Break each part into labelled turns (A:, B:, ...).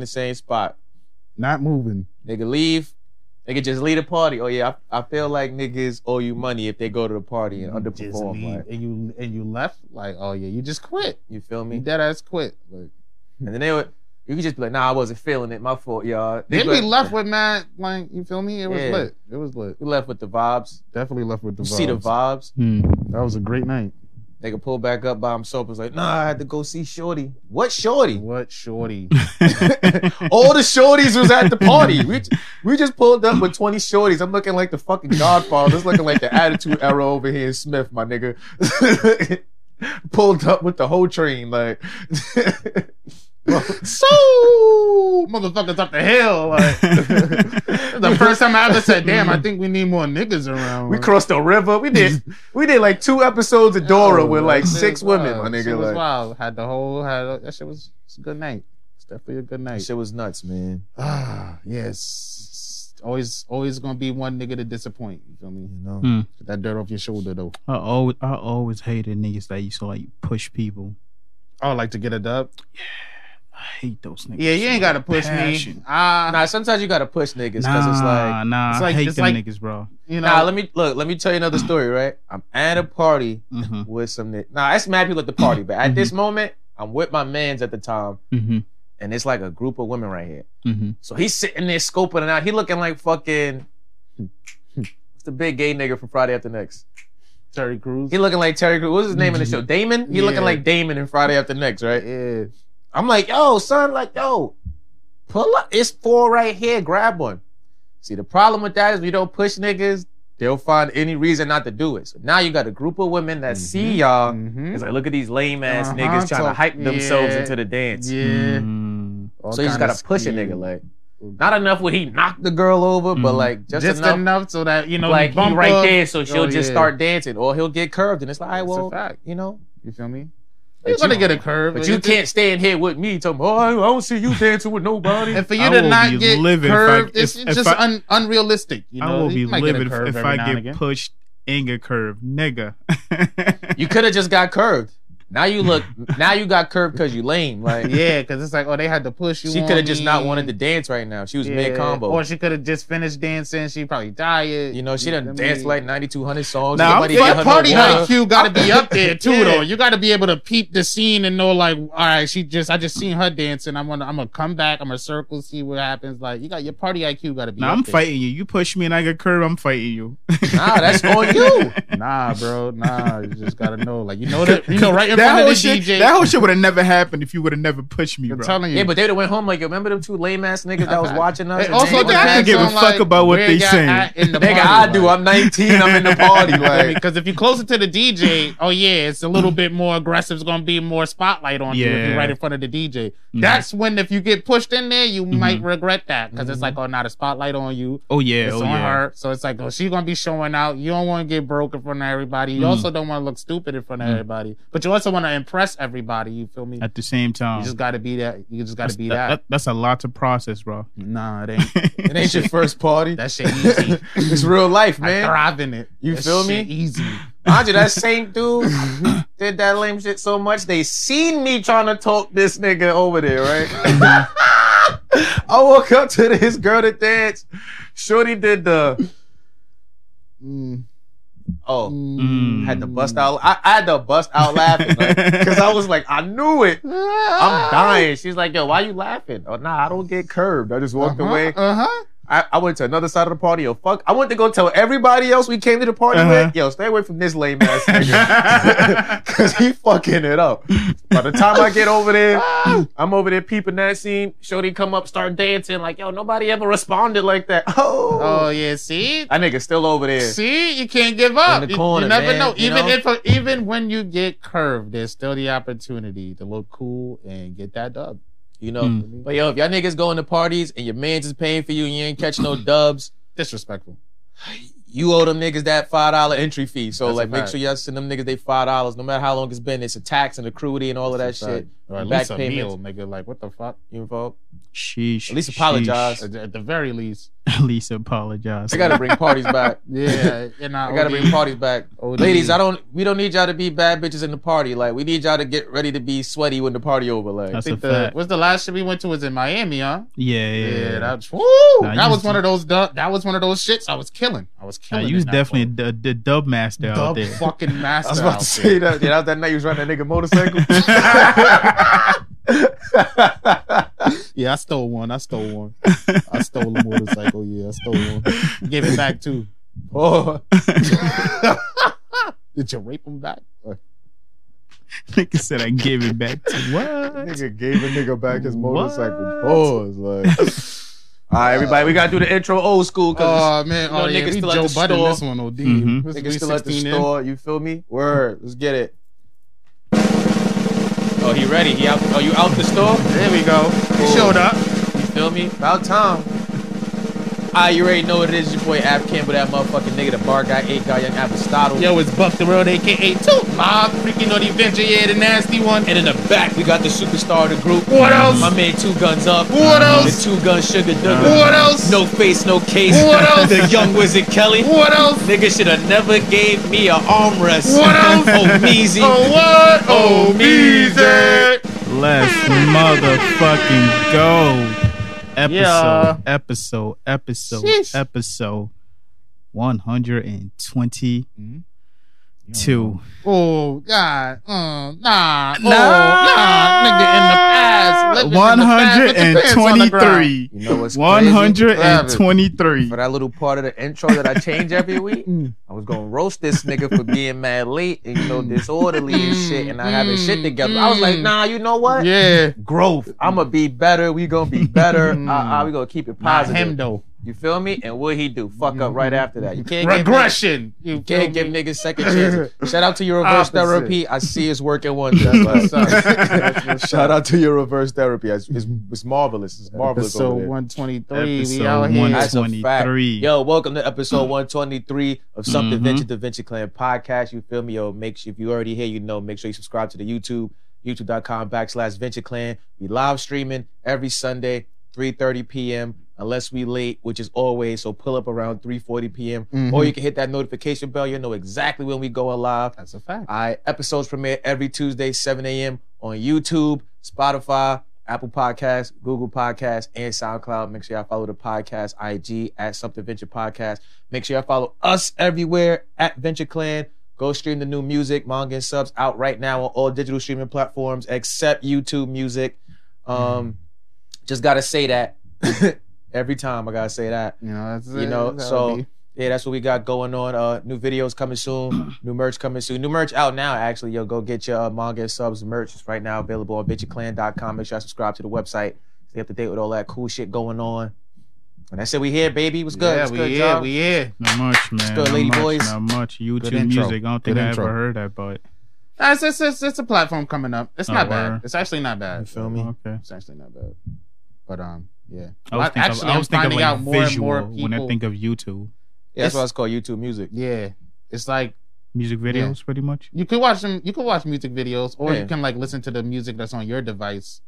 A: the same spot.
B: Not moving.
A: They could leave. They could just leave the party. Oh yeah, I, I feel like niggas owe you money if they go to the party and
B: You just
A: underperform.
B: leave.
A: like,
B: and you and you left like, oh yeah, you just quit.
A: you feel
B: You
A: me?
B: dead ass quit. Like,
A: And then they would. You could just be like, nah, I wasn't feeling it. My fault, y'all.
B: they'd
A: They
B: be left with mad. Like you feel me? It was
A: Yeah.
B: lit. It was lit.
A: We left with the vibes.
B: Definitely left with the
A: You
B: vibes.
A: see the vibes.
B: Hmm. That was a great night.
A: They could pull back up by themselves. It's like, nah, I had to go see Shorty. What Shorty?
B: What shorty?
A: All the shorties was at the party. We, we just pulled up with 20 shorties. I'm looking like the fucking Godfather. It's looking like the Attitude Era over here in Smith, my nigga. pulled up with the whole train, like.
B: so motherfuckers up the hill. Like the first time I ever said, "Damn, I think we need more niggas around."
A: we crossed the river. We did we did like two episodes of Dora
B: Oh,
A: with
B: that
A: like
B: shit
A: six
B: was
A: women, my
B: wild.
A: nigga.
B: Shit was
A: like,
B: wild. Had the whole had a- that shit was, it's a good night. It's definitely a good
A: That
B: night.
A: Shit was nuts, man.
B: Ah, yes. Always, always gonna be one nigga to disappoint. You feel me?
A: You know?
C: Hmm.
B: Get that dirt off your shoulder though.
C: I always, I always hated niggas that used to like push people.
B: I would like to get a dub.
C: I hate those niggas.
B: Yeah, you ain't gotta push me.
C: Passion.
B: Ah,
A: Nah, sometimes you gotta push niggas because
C: Nah,
A: it's like
C: nah,
B: it's like-
C: I hate
B: it's
C: them
B: like-
C: niggas, bro.
B: you know.
A: Nah, let me look. Let me tell you another story. Right, I'm at a party
C: Mm-hmm.
A: with some. ni- Nah, it's mad people at the party, but at
B: Mm-hmm.
A: this moment, I'm with my man's at the time,
C: Mm-hmm.
A: and it's like a group of women right here.
C: Mm-hmm.
A: So he's sitting there scoping it out. He looking like fucking. What's the big gay nigga from Friday After Next?
B: Terry Crews.
A: He looking like Terry Crews. What's his name in the show? Damon. He
B: Mm-hmm. Yeah.
A: looking like Damon in Friday After Next, right?
B: Yeah.
A: I'm like, yo, son, like, yo, pull up. It's four right here. Grab one. See, the problem with that is we don't push niggas. They'll find any reason not to do it. So now you got a group of women that see y'all.
B: Mhm.
A: It's like, look at these lame ass
B: Uh-huh,
A: niggas trying to
B: talk-
A: hype themselves
B: yeah.
A: into the dance.
B: Yeah.
C: Mm-hmm.
B: All
A: mm, So you just
B: kinda
A: gotta push a
B: scheme.
A: nigga. Like, Mm-hmm. not enough where he knocked the girl over, but
C: Mhm.
A: like just,
B: just, enough,
A: enough.
B: so that you know,
A: like
B: you
A: he
B: bump
A: right
B: up.
A: there, so she'll
B: Oh,
A: just
B: yeah.
A: start dancing, or he'll get curved, and it's like, all right,
B: It's a
A: well,
B: fact.
A: you know,
B: You feel me?
A: But
B: You're gonna
A: you-
B: get a curve,
A: but you can't stand here with me. Talking, oh, I don't see you dancing with nobody.
B: And for you
C: I
B: to
C: will
B: not
C: be
B: get
C: livid if I-
B: curved, it's
C: if-
B: it's
C: if
B: just
C: I-
B: un, unrealistic. You know,
C: I will
B: You
C: be
B: might get a
C: livid
B: curve
C: if, if
B: every now
C: I
B: and
C: get
B: again.
C: pushed in a curve, nigga.
A: You could have just got curved. Now you look. now you got curved because you lame. Like
B: Yeah, because it's like, oh, they had to push you.
A: she could have
B: on
A: just
B: me.
A: not wanted to dance right now. She was
B: Yeah.
A: mid combo.
B: or she could have just finished dancing. She probably tired.
A: you know she done
B: I mean,
A: danced like ninety two hundred songs.
C: Nah, I'm
A: Nobody gave
C: fucking
A: her
B: Your
A: no
B: party
A: water.
B: IQ got to be up there too,
A: Yeah.
B: though. You got to be able to peep the scene and know, like, all right, she just, I just seen her dancing. I'm gonna, I'm gonna come back. I'm gonna circle, see what happens. Like, you got your party IQ got to be.
C: Now
B: up
C: I'm
B: there.
C: fighting you. You push me and I get curved. I'm fighting you.
A: Nah, that's on you.
B: Nah, bro. Nah, you just gotta know. Like, you know that, you know, right in
C: that
B: front of
C: whole
B: the
C: shit,
B: DJ.
C: That whole shit would have never happened if you would have never pushed me,
B: I'm
C: bro.
B: telling you.
A: Yeah, but they would have went home like, yo, remember them two lame ass niggas that was watching us?
B: it
A: And
B: also
A: they-
C: Nigga, I
B: depends
C: don't give a
B: on,
C: fuck
B: like,
C: about what
B: where
C: they
B: y'all
C: saying.
B: at in the
A: Nigga, I
B: party,
A: do.
B: like,
A: I'm 19. I'm in the party. Like, Mm.
B: because if you closer to the DJ, oh yeah, it's a little bit more aggressive. It's gonna be more spotlight on you if
C: Yeah.
B: you're right in front of the DJ.
A: Mm-hmm.
C: Mhm.
B: That's when if you get pushed in there, you might
C: Mhm.
B: regret that because it's
A: Mhm.
B: like, oh, now the spotlight on you.
C: Oh yeah,
B: It's
C: oh
B: on
C: yeah.
B: her, so it's like, oh, she's gonna be showing out. You don't want to get broke in front of everybody. You
A: Mm.
C: Mhm.
B: also don't want to look stupid in front of
C: Mhm.
B: everybody, but you also want to impress everybody. You feel me?
C: At the same time,
B: You just gotta be that. You just gotta
C: that's,
B: be
C: that-
B: that.
C: that- that's a lot to process, bro.
B: Nah, it ain't.
A: it ain't your first party.
B: That shit easy.
A: it's real life,
B: I
A: man.
B: thrive in it.
A: You
B: That
A: feel
B: shit
A: me?
B: Easy.
A: Mind you, that same dude did that lame shit so much they seen me trying to talk this nigga over there, right? I woke up to this girl to dance. Shorty did the Mm-hmm. oh
B: Mm-hmm.
C: Mm.
A: had to bust out. I, I had to bust out laughing because I was like, I knew it. I'm dying. She's like, yo, why you laughing? Oh, nah, I don't get curbed. I just walked away.
B: Uh huh.
A: I, I went to another side of the party. Yo, fuck. I went to go tell everybody else we came to the party
C: Uh-huh.
A: with. Yo, stay away from this lame ass nigga. Cause he fucking it up. By the time I get over there, I'm over there peeping that scene. Shorty come up, start dancing. Like, yo, nobody ever responded like that. Oh.
B: Oh yeah. See.
A: That nigga still over there.
B: See, you can't give up.
A: the
B: You-
A: corner,
B: you never
A: man,
B: know.
A: you
B: Even
A: know?
B: if, even when you get curved, there's still the opportunity to look cool and get that dub.
A: You know?
C: Mm.
A: But yo, if y'all niggas going to parties and your man's is paying for you and you ain't catch no dubs,
B: Disrespectful.
A: you owe them niggas that five dollar entry fee. So
B: That's a
A: like, make
B: fact.
A: sure y'all send them niggas they five dollars, no matter how long it's been. It's a tax and a crudity and all of that
B: That's
A: shit.
B: right. Or at
A: Back
B: least a
A: payments.
B: meal, nigga. Like what the fuck?
A: You involved?
C: Sheesh.
A: At least
C: sheesh.
A: apologize.
B: At the- at the very least,
C: At least apologize.
A: I gotta bring parties back.
B: Yeah, and
A: I gotta bring parties back. Ladies, I don't. We don't need y'all to be bad bitches in the party. Like we need y'all to get ready to be sweaty when the party over. Like
C: That's
B: think
C: a
B: the
C: fact.
B: what's the last shit we went to was in Miami, huh?
C: yeah, yeah.
B: Yeah,
C: yeah, yeah.
B: that's woo.
C: Nah, you
B: that was
C: was-
B: one of those. du- That was one of those shits. I was killing. I was
C: Nah,
B: killing.
C: you was definitely the, the dub master
B: the
C: out there.
B: fucking master.
A: I was about
B: out
A: to say
B: there.
A: that. Yeah, that was that night you was riding that nigga motorcycle.
B: Yeah, I stole one. I stole one. I stole a motorcycle. Yeah, I stole one. Give it back too.
A: oh,
B: Did you rape him back?
C: Nigga said I gave it back to what?
A: nigga gave a nigga back his motorcycle.
C: What?
A: Pause. Like, all right, everybody, we gotta do the intro old school because
B: Oh man,
A: you know,
B: oh yeah,
A: niggas
B: we
A: still at
B: Joe
A: the
B: Budden
A: store.
B: this one, OD.
C: Mhm.
B: This
A: niggas
B: is
A: still at the
B: 16 in.
A: store. You feel me? Word. Let's get it. Oh, he ready? He out? Oh, you out the store?
B: There we go. He
A: Cool.
B: showed up.
A: You feel me? About time. Ah, you already know what it is. Your boy Ab Campbell, that motherfucking nigga, the bar guy, eight guy, young Aristotle.
B: Yo, it's Buck the Road, aka Two Mob, freaking on adventure. Yeah, the nasty one.
A: And in the back, we got the superstar of the group.
B: What else?
A: My man, Two Guns Up.
B: What else?
A: The Two Gun Sugar Dugar.
B: What else?
A: No face, no case.
B: What else?
A: The Young Wizard Kelly.
B: What else?
A: Nigga should have never gave me an armrest.
B: What else?
A: Oh, Meezy.
B: Oh what? Oh music.
C: Let's motherfucking go. Episode,
B: Yeah.
C: episode, episode,
B: Sheesh.
C: episode 122.
A: Mm-hmm.
B: Oh God. Uh, nah. Oh, nah.
C: Nah.
B: Nigga in the past. living in the past with your pants on the ground.
C: 123.
A: You know what's crazy?
C: 123.
A: For that little part of the intro that I change every week, I was gonna roast this nigga for being mad late and you know disorderly and shit, and not having shit together. I was like, nah, you know what?
B: Mm. Yeah.
A: growth. I'm gonna be better. We gonna be better. uh, uh, we gonna keep it
B: Mm. Not
A: positive.
B: him though. Mm-hmm.
A: You feel me? And what he do? Fuck up right after that. You can't
B: Regression.
A: Give,
B: You
A: niggas- you can't give niggas second chances. Shout out to your reverse
B: Opposite.
A: therapy. I see it's working wonders. That's what's up. Shout out to your reverse therapy. It's, it's, it's marvelous. It's marvelous.
B: Episode
A: over there.
B: 123. We
C: Episode
B: out here.
C: one- Mm-hmm.
A: That's a fact.
C: 23.
A: Yo, welcome to episode 123 of Something
C: Mhm.
A: Venture Da Vinci Clan podcast. You feel me? Yo, make sure if you already here, you know, make sure you subscribe to the YouTube, youtube.com backslash venture clan. We live streaming every Sunday, 3:30 p.m. Unless we late, which is always, so pull up around 3:40 p.m.
C: Mm-hmm.
A: Or you can hit that notification bell. You'll know exactly when we go live.
B: That's a fact.
A: I episodes premiere every Tuesday, 7 a.m. on YouTube, Spotify, Apple Podcasts, Google Podcasts, and SoundCloud. Make sure y'all follow the podcast IG at Something Venture Podcast. Make sure y'all follow us everywhere at Venture Clan. Go stream the new music, manga, and subs out right now on all digital streaming platforms except YouTube Music. Um, just gotta say that every time. I gotta say that.
B: You know. That's,
A: You know,
B: that's how
A: so-
B: it be.
A: Yeah, that's what we got going on. Uh, new videos coming soon. new merch coming soon. New merch out now, actually. Yo, go get your uh, manga and subs merch. It's right now available on bitchclan.com. Make sure I subscribe to the website. Stay up to date with all that cool shit going on. And that's it. We here, baby. What's good?
B: Yeah,
A: What's
B: we
A: good,
B: here.
A: y'all?
B: We here.
C: Not much, man.
A: good,
C: Not
A: lady
C: much,
A: boys.
C: Not much. YouTube
B: intro.
C: music. I don't
B: Good
C: think I
B: intro.
C: ever heard that, but
B: That's it's, it's, it's a platform coming up. It's
C: Oh,
B: not
C: word.
B: bad. It's actually not bad.
A: You feel me?
C: okay.
B: It's actually not bad. But um, yeah.
C: I was
B: Well,
C: thinking of-
B: actually,
C: I
B: I'm
C: was thinking of
B: finding
C: like
B: out more and
C: visual
B: more
C: when I
B: people-
C: think of YouTube
A: Yeah, that's
B: It's-
A: why it's called YouTube music.
B: Yeah. It's like
C: music videos, pretty much.
B: you can watch them. You can watch music videos, or
A: Yeah.
B: you can like listen to the music that's on your device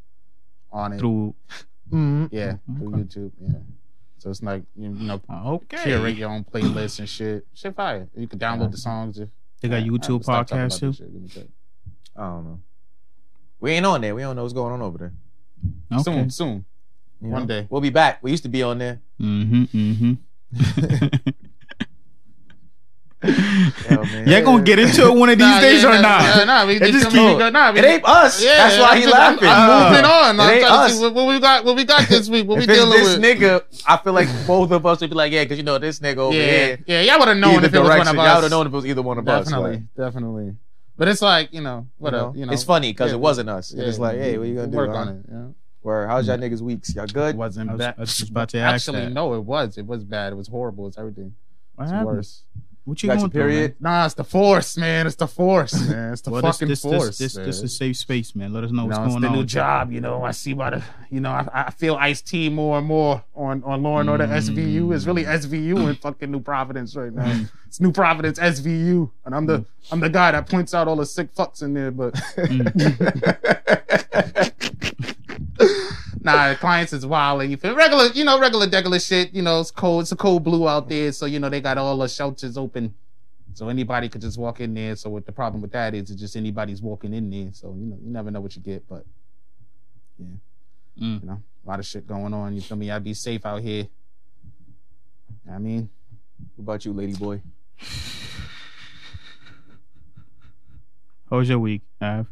B: on it.
C: Through
B: yeah, through
C: Okay.
B: YouTube. Yeah. So it's like you, you know,
C: okay,
B: curate your own playlist and shit. Shit fire. You can download the songs. If,
C: they got YouTube podcast too.
B: too.
A: I don't know. We ain't on there. We don't know what's going on over there.
C: Okay.
B: Soon, soon.
A: You
B: One
A: know?
B: day.
A: We'll be back. We used to be on there.
C: Mm-hmm. Mm-hmm.
A: Yeah, man.
C: Y'all gonna get into it one of these
B: Nah,
C: days
B: yeah,
C: or
B: nah,
C: not?
B: Yeah, nah, we
C: It just
B: just keep.
C: keep-
B: Nah, we
A: It ain't us. that's why
B: I'm
A: he
B: just- I'm-
A: laughing.
B: I'm,
C: Uh,
B: moving
A: it
B: on. I'm
A: ain't
B: trying to
A: us.
B: see what, what we got. What we got this week? What we
A: if it's
B: dealing
A: this
B: with?
A: nigga, I feel like both of us would be like, yeah, because you know this nigga over
B: yeah,
A: here.
B: yeah, y'all would have known
A: either
B: if it was one of
A: direction. Y'all
B: us.
A: would've known if it was either one of
B: definitely,
A: us.
B: definitely. But it's like you know,
A: But
B: whatever. You know,
A: it's funny because
B: Yeah,
A: it wasn't us.
B: yeah,
A: It's just like, hey, what you gonna do?
B: Work
A: huh?
B: on it. Yeah.
A: Word. How's y'all niggas weeks? Y'all good?
B: wasn't
C: I was, I
B: bad.
C: was just about to ask
B: Actually,
C: that.
B: no, it was. It was bad. It was horrible. It's everything.
C: What
B: It's
C: happened?
B: worse.
C: What
A: You
C: you
A: got
C: going
A: your
C: through, man?
A: period?
B: Nah, it's the force, man. It's the force, man. It's the
C: Well, this,
B: fucking
C: this,
B: force.
C: this, this, this
B: man.
C: is safe space, man. Let us know
B: you
C: what's
B: know, it's
C: going
B: the new
C: on.
B: job. You know, I see why the you know I, I feel Ice T more and more on on Law and Order
C: Mm.
B: SVU. It's really SVU and fucking New Providence right now. It's New Providence SVU, and I'm the I'm the guy that points out all the sick fucks in there. But
C: Mm.
B: Nah, the clients is wilding. You feel regular, you know, regular degular shit. You know, it's cold. It's a cold blue out there, so you know they got all the shelters open, so anybody could just walk in there. So what the problem with that is, it's just anybody's walking in there. So you know, you never know what you get, but yeah,
D: Mm.
B: you know, a lot of shit going on. You feel me? I'd be safe out here. I mean,
A: What about you, lady boy?
C: How was your week, Av?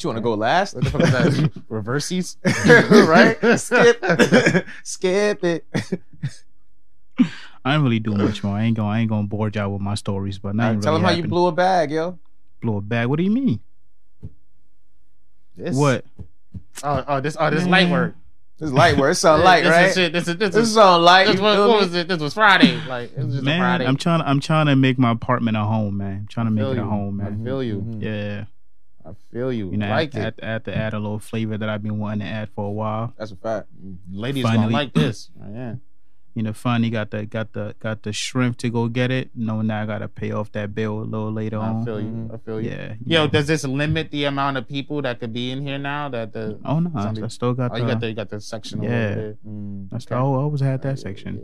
A: You want to go last?
B: what the fuck is that? Reverses?
A: right? Skip, skip it.
C: I ain't really doing much more. I ain't gonna I ain't gonna bore y'all with my stories, but
A: All
C: now
A: right, tell him how you blew a bag, yo.
C: blew a bag. What do you mean?
B: This-
C: What?
B: Oh, oh, this, oh, this light work.
A: This light work. It's sound
B: This-
A: light,
B: this
A: right?
B: Is shit. This is this,
A: This
B: is
A: is on light.
B: this
A: you
B: was,
A: feel
B: what
A: me?
B: was it? This was Friday. Like it was just
C: Man,
B: a Friday.
C: I'm trying I'm trying to make my apartment a home, man. I'm trying to
B: I
C: make
B: feel
C: it a
B: you.
C: home, man.
B: I feel you.
A: Mhm.
C: Yeah.
B: I feel you.
C: You know,
B: like
C: I,
B: it.
C: had- I had to add a little flavor that I've been wanting to add for a while.
A: That's a fact.
B: Ladies don't
C: Finally.
B: like this. Oh, yeah.
C: you know, finally got the got the got the shrimp to go get it. No, now I gotta pay off that bill a little later
B: I
C: on.
B: feel you.
A: Mhm.
B: I feel you.
C: yeah.
B: Mm-hmm. Yo,
C: yeah.
B: does this limit the amount of people that could be in here now? That the
C: oh no, I,
B: Zombie-
C: I still got
B: oh,
C: the,
B: you got the you got the section
C: Yeah.
B: over there.
A: Mm.
C: I still I always had that section.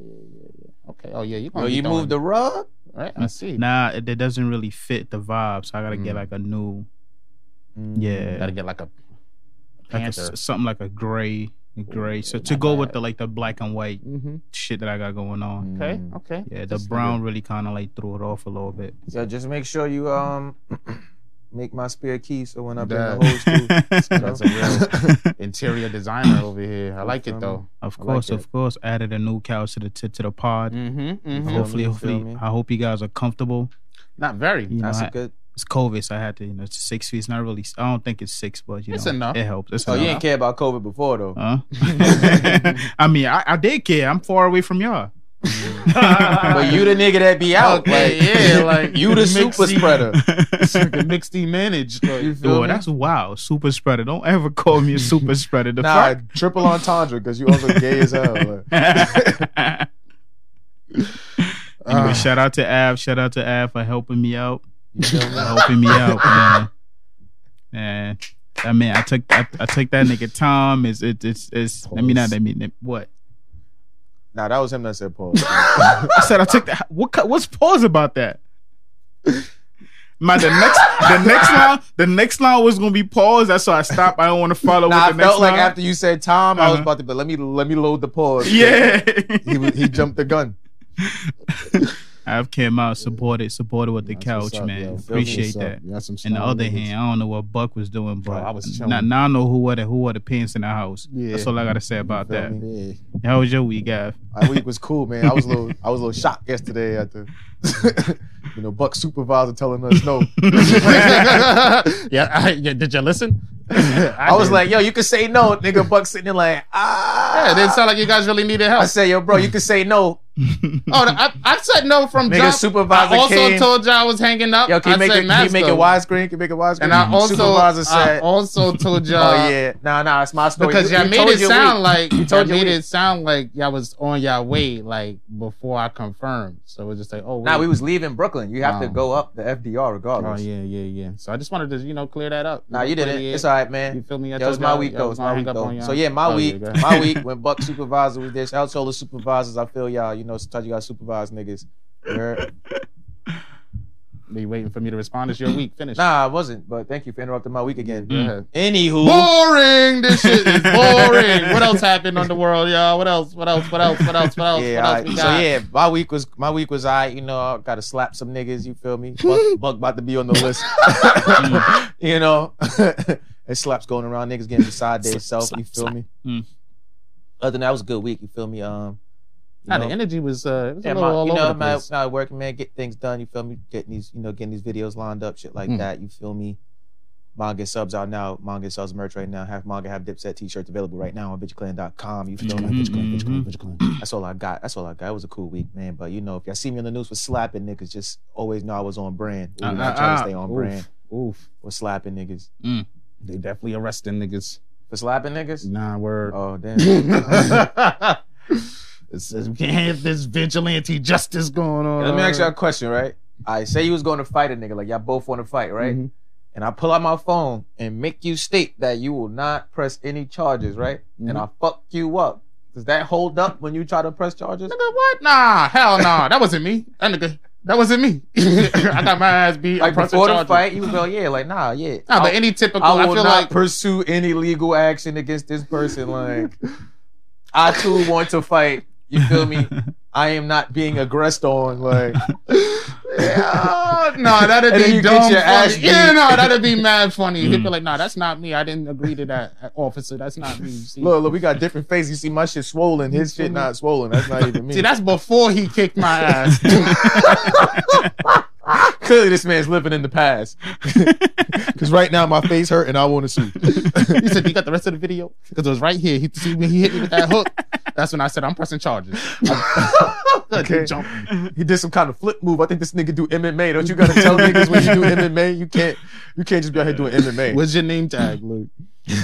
B: Okay. Oh yeah, you
A: Yo,
B: gonna be
A: you
B: throwing-
A: moved the rug?
B: right? I see.
C: Nah, it, it doesn't really fit the vibe, so I gotta
B: Mm.
C: get like a new
B: You
C: yeah,
B: gotta get like a
C: like a s-
B: panther.
C: something like a gray, a gray. So
B: Ooh,
C: to
B: not
C: go
B: bad. Mm.
C: with the like the black and white
B: mm-hmm.
C: shit that I got going on.
B: Okay. Okay.
C: Yeah, the
B: This nigga-
C: brown really kind of like threw it off a little bit.
A: Yeah, just make sure you um make my spare key so when I'm in
B: That-
A: the whole school.
B: That's a real interior designer over here. I like it though.
C: Of
A: I like
C: course,
A: it.
C: of course. Added a new couch to the to, to the pod.
B: Mm-hmm.
A: Feel
B: Mm-hmm.
A: Cool. me,
C: Hopefully,
A: feel
C: hopefully,
A: me.
C: I hope you guys are comfortable.
B: Not very.
C: You know,
A: That's
C: I-
A: a good.
C: it's COVID, so I had to, you know, it's six feet. It's not really. I don't think it's six, but you
B: It's
C: know,
B: enough.
C: it helps. It's
A: Oh, you ain't
C: enough.
A: care about COVID before though.
C: Uh, Huh? I mean, I, I did care. I'm far away from y'all.
A: but you the nigga that be out. like,
B: Okay, yeah, like
A: you the super
B: mixy-
A: spreader.
B: Like a mixed managed.
A: You
B: Like,
A: feel
C: Yo,
A: me?
C: Oh, that's wild. Super spreader. Don't ever call me a super spreader. The
A: nah,
C: fuck?
A: triple entendre because you also gay as hell. like.
C: Anyway,
B: Ah.
C: shout out to Av. Shout out to Av for helping me out.
A: You feel
C: For
A: me?
C: helping me out, man. Man. I mean, I took I, I took that nigga Tom. Is it? It's it's. I mean, not. I mean, what?
A: Nah, that was him that said pause.
C: I said I took that. What? co- What's pause about that? My the next the next line the next line was gonna be pause. That's why I stopped. I don't want to follow
A: nah, I
C: with the next
A: felt like
C: line.
A: after you said Tom, I was
C: Uh-huh.
A: about to. But let me let me load the pause. he
C: yeah,
A: was- he jumped the gun.
C: I've came out supported supported with the
B: That's what's
C: couch,
B: up,
C: man.
B: yo. Feel me?
C: Appreciate
B: What's up?
C: that.
B: You got some
C: On the
B: strong
C: other
B: niggas.
C: hand, I don't know what Buck was doing, but
B: I was
C: now,
B: chilling.
C: now I know who were the who were the pants in the house.
B: Yeah.
C: That's all I gotta say about
A: feel
C: that.
A: me?
B: Yeah.
C: How was your week, Av?
A: My week was cool, man. I was a little I was a little shocked yesterday at the you know Buck supervisor telling us no.
B: yeah, I, yeah, did you listen?
A: I was
B: did.
A: like, yo, you can say no, nigga. Buck sitting there like, ah.
B: yeah, it didn't sound like you guys really needed
A: I
B: help.
A: said, yo, bro, you can say no.
B: Oh, no, I, I said no from
A: Nigga,
B: jump.
A: supervisor
B: I also
A: came.
B: told y'all I was hanging up.
A: Yo, can you
B: I
A: make
B: said
A: it? Can you make it
B: master.
A: widescreen? Can you make it widescreen?
B: And I also,
A: supervisor
B: I
A: said,
B: also told y'all.
A: oh yeah, nah, nah, it's my story.
B: Because
A: You-
B: y'all
A: you
B: made
A: told
B: it
A: your
B: sound
A: week.
B: like
A: You
B: you
A: told
B: all
A: your
B: made
A: week.
B: it sound like y'all was on y'all way like before I confirmed. So it was just like, oh,
A: Nah,
B: wait.
A: we was leaving Brooklyn. You have to
B: Oh.
A: go up the FDR
B: Oh
A: regardless.
B: yeah, yeah, yeah. So I just wanted to you know clear that up.
A: Nah, you
B: Clear
A: didn't.
B: the air.
A: It's all right, man.
B: You feel me? I
A: That was
B: told
A: my
B: y'all-
A: week
B: y'all
A: though. It was
B: was gonna
A: my week
B: hang up on
A: though.
B: y'all.
A: So yeah, my
B: Oh,
A: week.
B: go ahead.
A: My week when Buck supervisor was there. Shout out to all the supervisors. I feel y'all. You know, sometimes you gotta supervise niggas. You heard?
B: They waiting for me to respond. It's your week. Finish.
A: Nah, I wasn't. But thank you for interrupting my week again.
B: Go ahead.
A: Anywho,
B: Boring. This shit is boring. what else happened on the world, y'all? What else? What else? What else? What else? What else?
A: yeah,
B: what else
A: alright.
B: we
A: so
B: got?
A: yeah, my week was my week was I. You know, I gotta slap some niggas. You feel me? Buck, Buck about to be on the list. you know, and slaps going around. Niggas getting beside
C: Slap,
A: themselves.
C: slap,
A: you feel
C: slap.
A: me?
C: Mm.
A: Other than that, it was a good week. You feel me? Um, you
B: Nah,
A: know,
B: the energy was, uh, it was
A: Yeah,
B: a little
A: my,
B: all
A: you
B: over
A: know,
B: the
A: my,
B: place.
A: my working man, get things done. You feel me? Getting these, you know, getting these videos lined up, shit like
B: Mm.
A: that. You feel me? Manga subs out now. Manga sells merch right now. Half manga, half dipset t-shirts available right now on bitchclan.com. You feel
B: Mm-hmm.
A: me?
C: Mhm, mhm.
A: Mm-hmm. That's all I got. That's all I got. It was a cool week, man. But you know, if y'all see me on the news with slapping niggas, just always know I was on brand. Ooh,
C: Uh,
A: I
C: uh,
A: try
C: uh.
A: to stay on brand
B: Oof, oof.
A: with slapping niggas.
B: They definitely arresting niggas.
A: For slapping niggas?
B: Nah, word.
A: Oh damn.
B: it says we can't have this vigilante justice going on.
A: Let me ask y'all a question, right? I say you was going to fight a nigga, like y'all both want to fight, right?
B: Mhm.
A: and I pull out my phone and make you state that you will not press any charges, right?
B: Mm-hmm.
A: And I fuck you up. Does that hold up when you try to press charges?
B: Nigga, what? Nah, hell nah. That wasn't me. That nigga, that wasn't me. I got my ass beat.
A: Like
B: I pressed
A: before the
B: charges.
A: fight, you would go, yeah, like nah, yeah.
B: Nah, but
A: I-
B: any typical,
A: I
B: I,
A: will
B: feel
A: not
B: like
A: pursue any legal action against this person. Like, I too want to fight. You feel me? I am not being aggressed on. Like,
B: Oh, no, that'd
A: And then
B: be
A: you
B: dumb.
A: get your
B: funny.
A: ass beat.
B: yeah, no, that'd be mad funny. He'd be
C: Mm.
B: like, "No, that's not me. I didn't agree to that, uh, officer. That's not me." See,
A: look, look, we got different faces. You see, my shit swollen. His shit not swollen. That's not even me.
B: see, that's before he kicked my ass.
A: Clearly, this man's living in the past. Because right now, my face hurt and I want to sue.
B: he said, "You got the rest of the video?" Because it was right here. He see when he hit me with that hook. That's when I said, "I'm pressing charges."
A: Okay.
B: He jumped.
A: he did some kind of flip move. I think this nigga do MMA. Don't you gotta tell niggas when you do MMA? You can't. You can't just be out here doing MMA.
B: What's your name tag, Luke?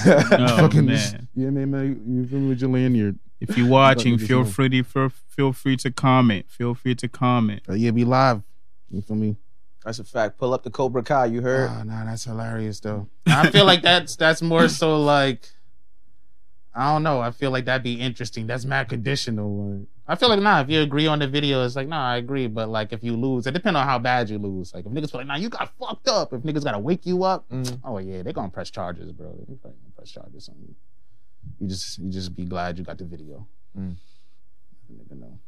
C: Oh,
B: Fucking
C: man.
B: Yeah, man, man, you feel me with your lanyard?
C: If you're watching,
B: Don't do
C: feel
B: this
C: free to feel, feel free to comment. Feel free to comment.
B: Oh, yeah, be live. You feel me?
A: That's a fact. Pull up the Cobra Kai. You heard?
B: Oh, nah, that's hilarious though. I feel like that's that's more so like I don't know. I feel like that'd be interesting. That's mad conditional. Like, I feel like nah, if you agree on the video, it's like nah, I agree. But like if you lose, it depends on how bad you lose. Like if niggas feel like nah, you got fucked up. If niggas gotta wake you up,
A: Mm.
B: oh yeah, they gonna press charges, bro. They probably gonna press charges on you. You just you just be glad you got the video.
A: Mm.
B: Nigga know.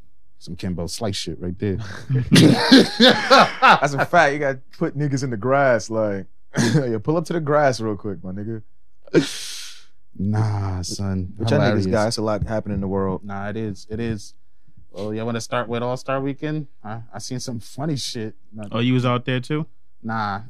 B: Some Kimbo slice shit right there.
A: That's a fact. You gotta put niggas in the grass. Like, yeah, pull up to the grass real quick, my nigga.
B: nah, son.
A: Which y'all
B: Hilarious.
A: niggas got? It's a lot happening in the world.
B: Nah, it is. It is. Well, you want to start with All Star Weekend? I, I seen some funny shit. Nah,
C: Oh, you was out there too?
B: nah,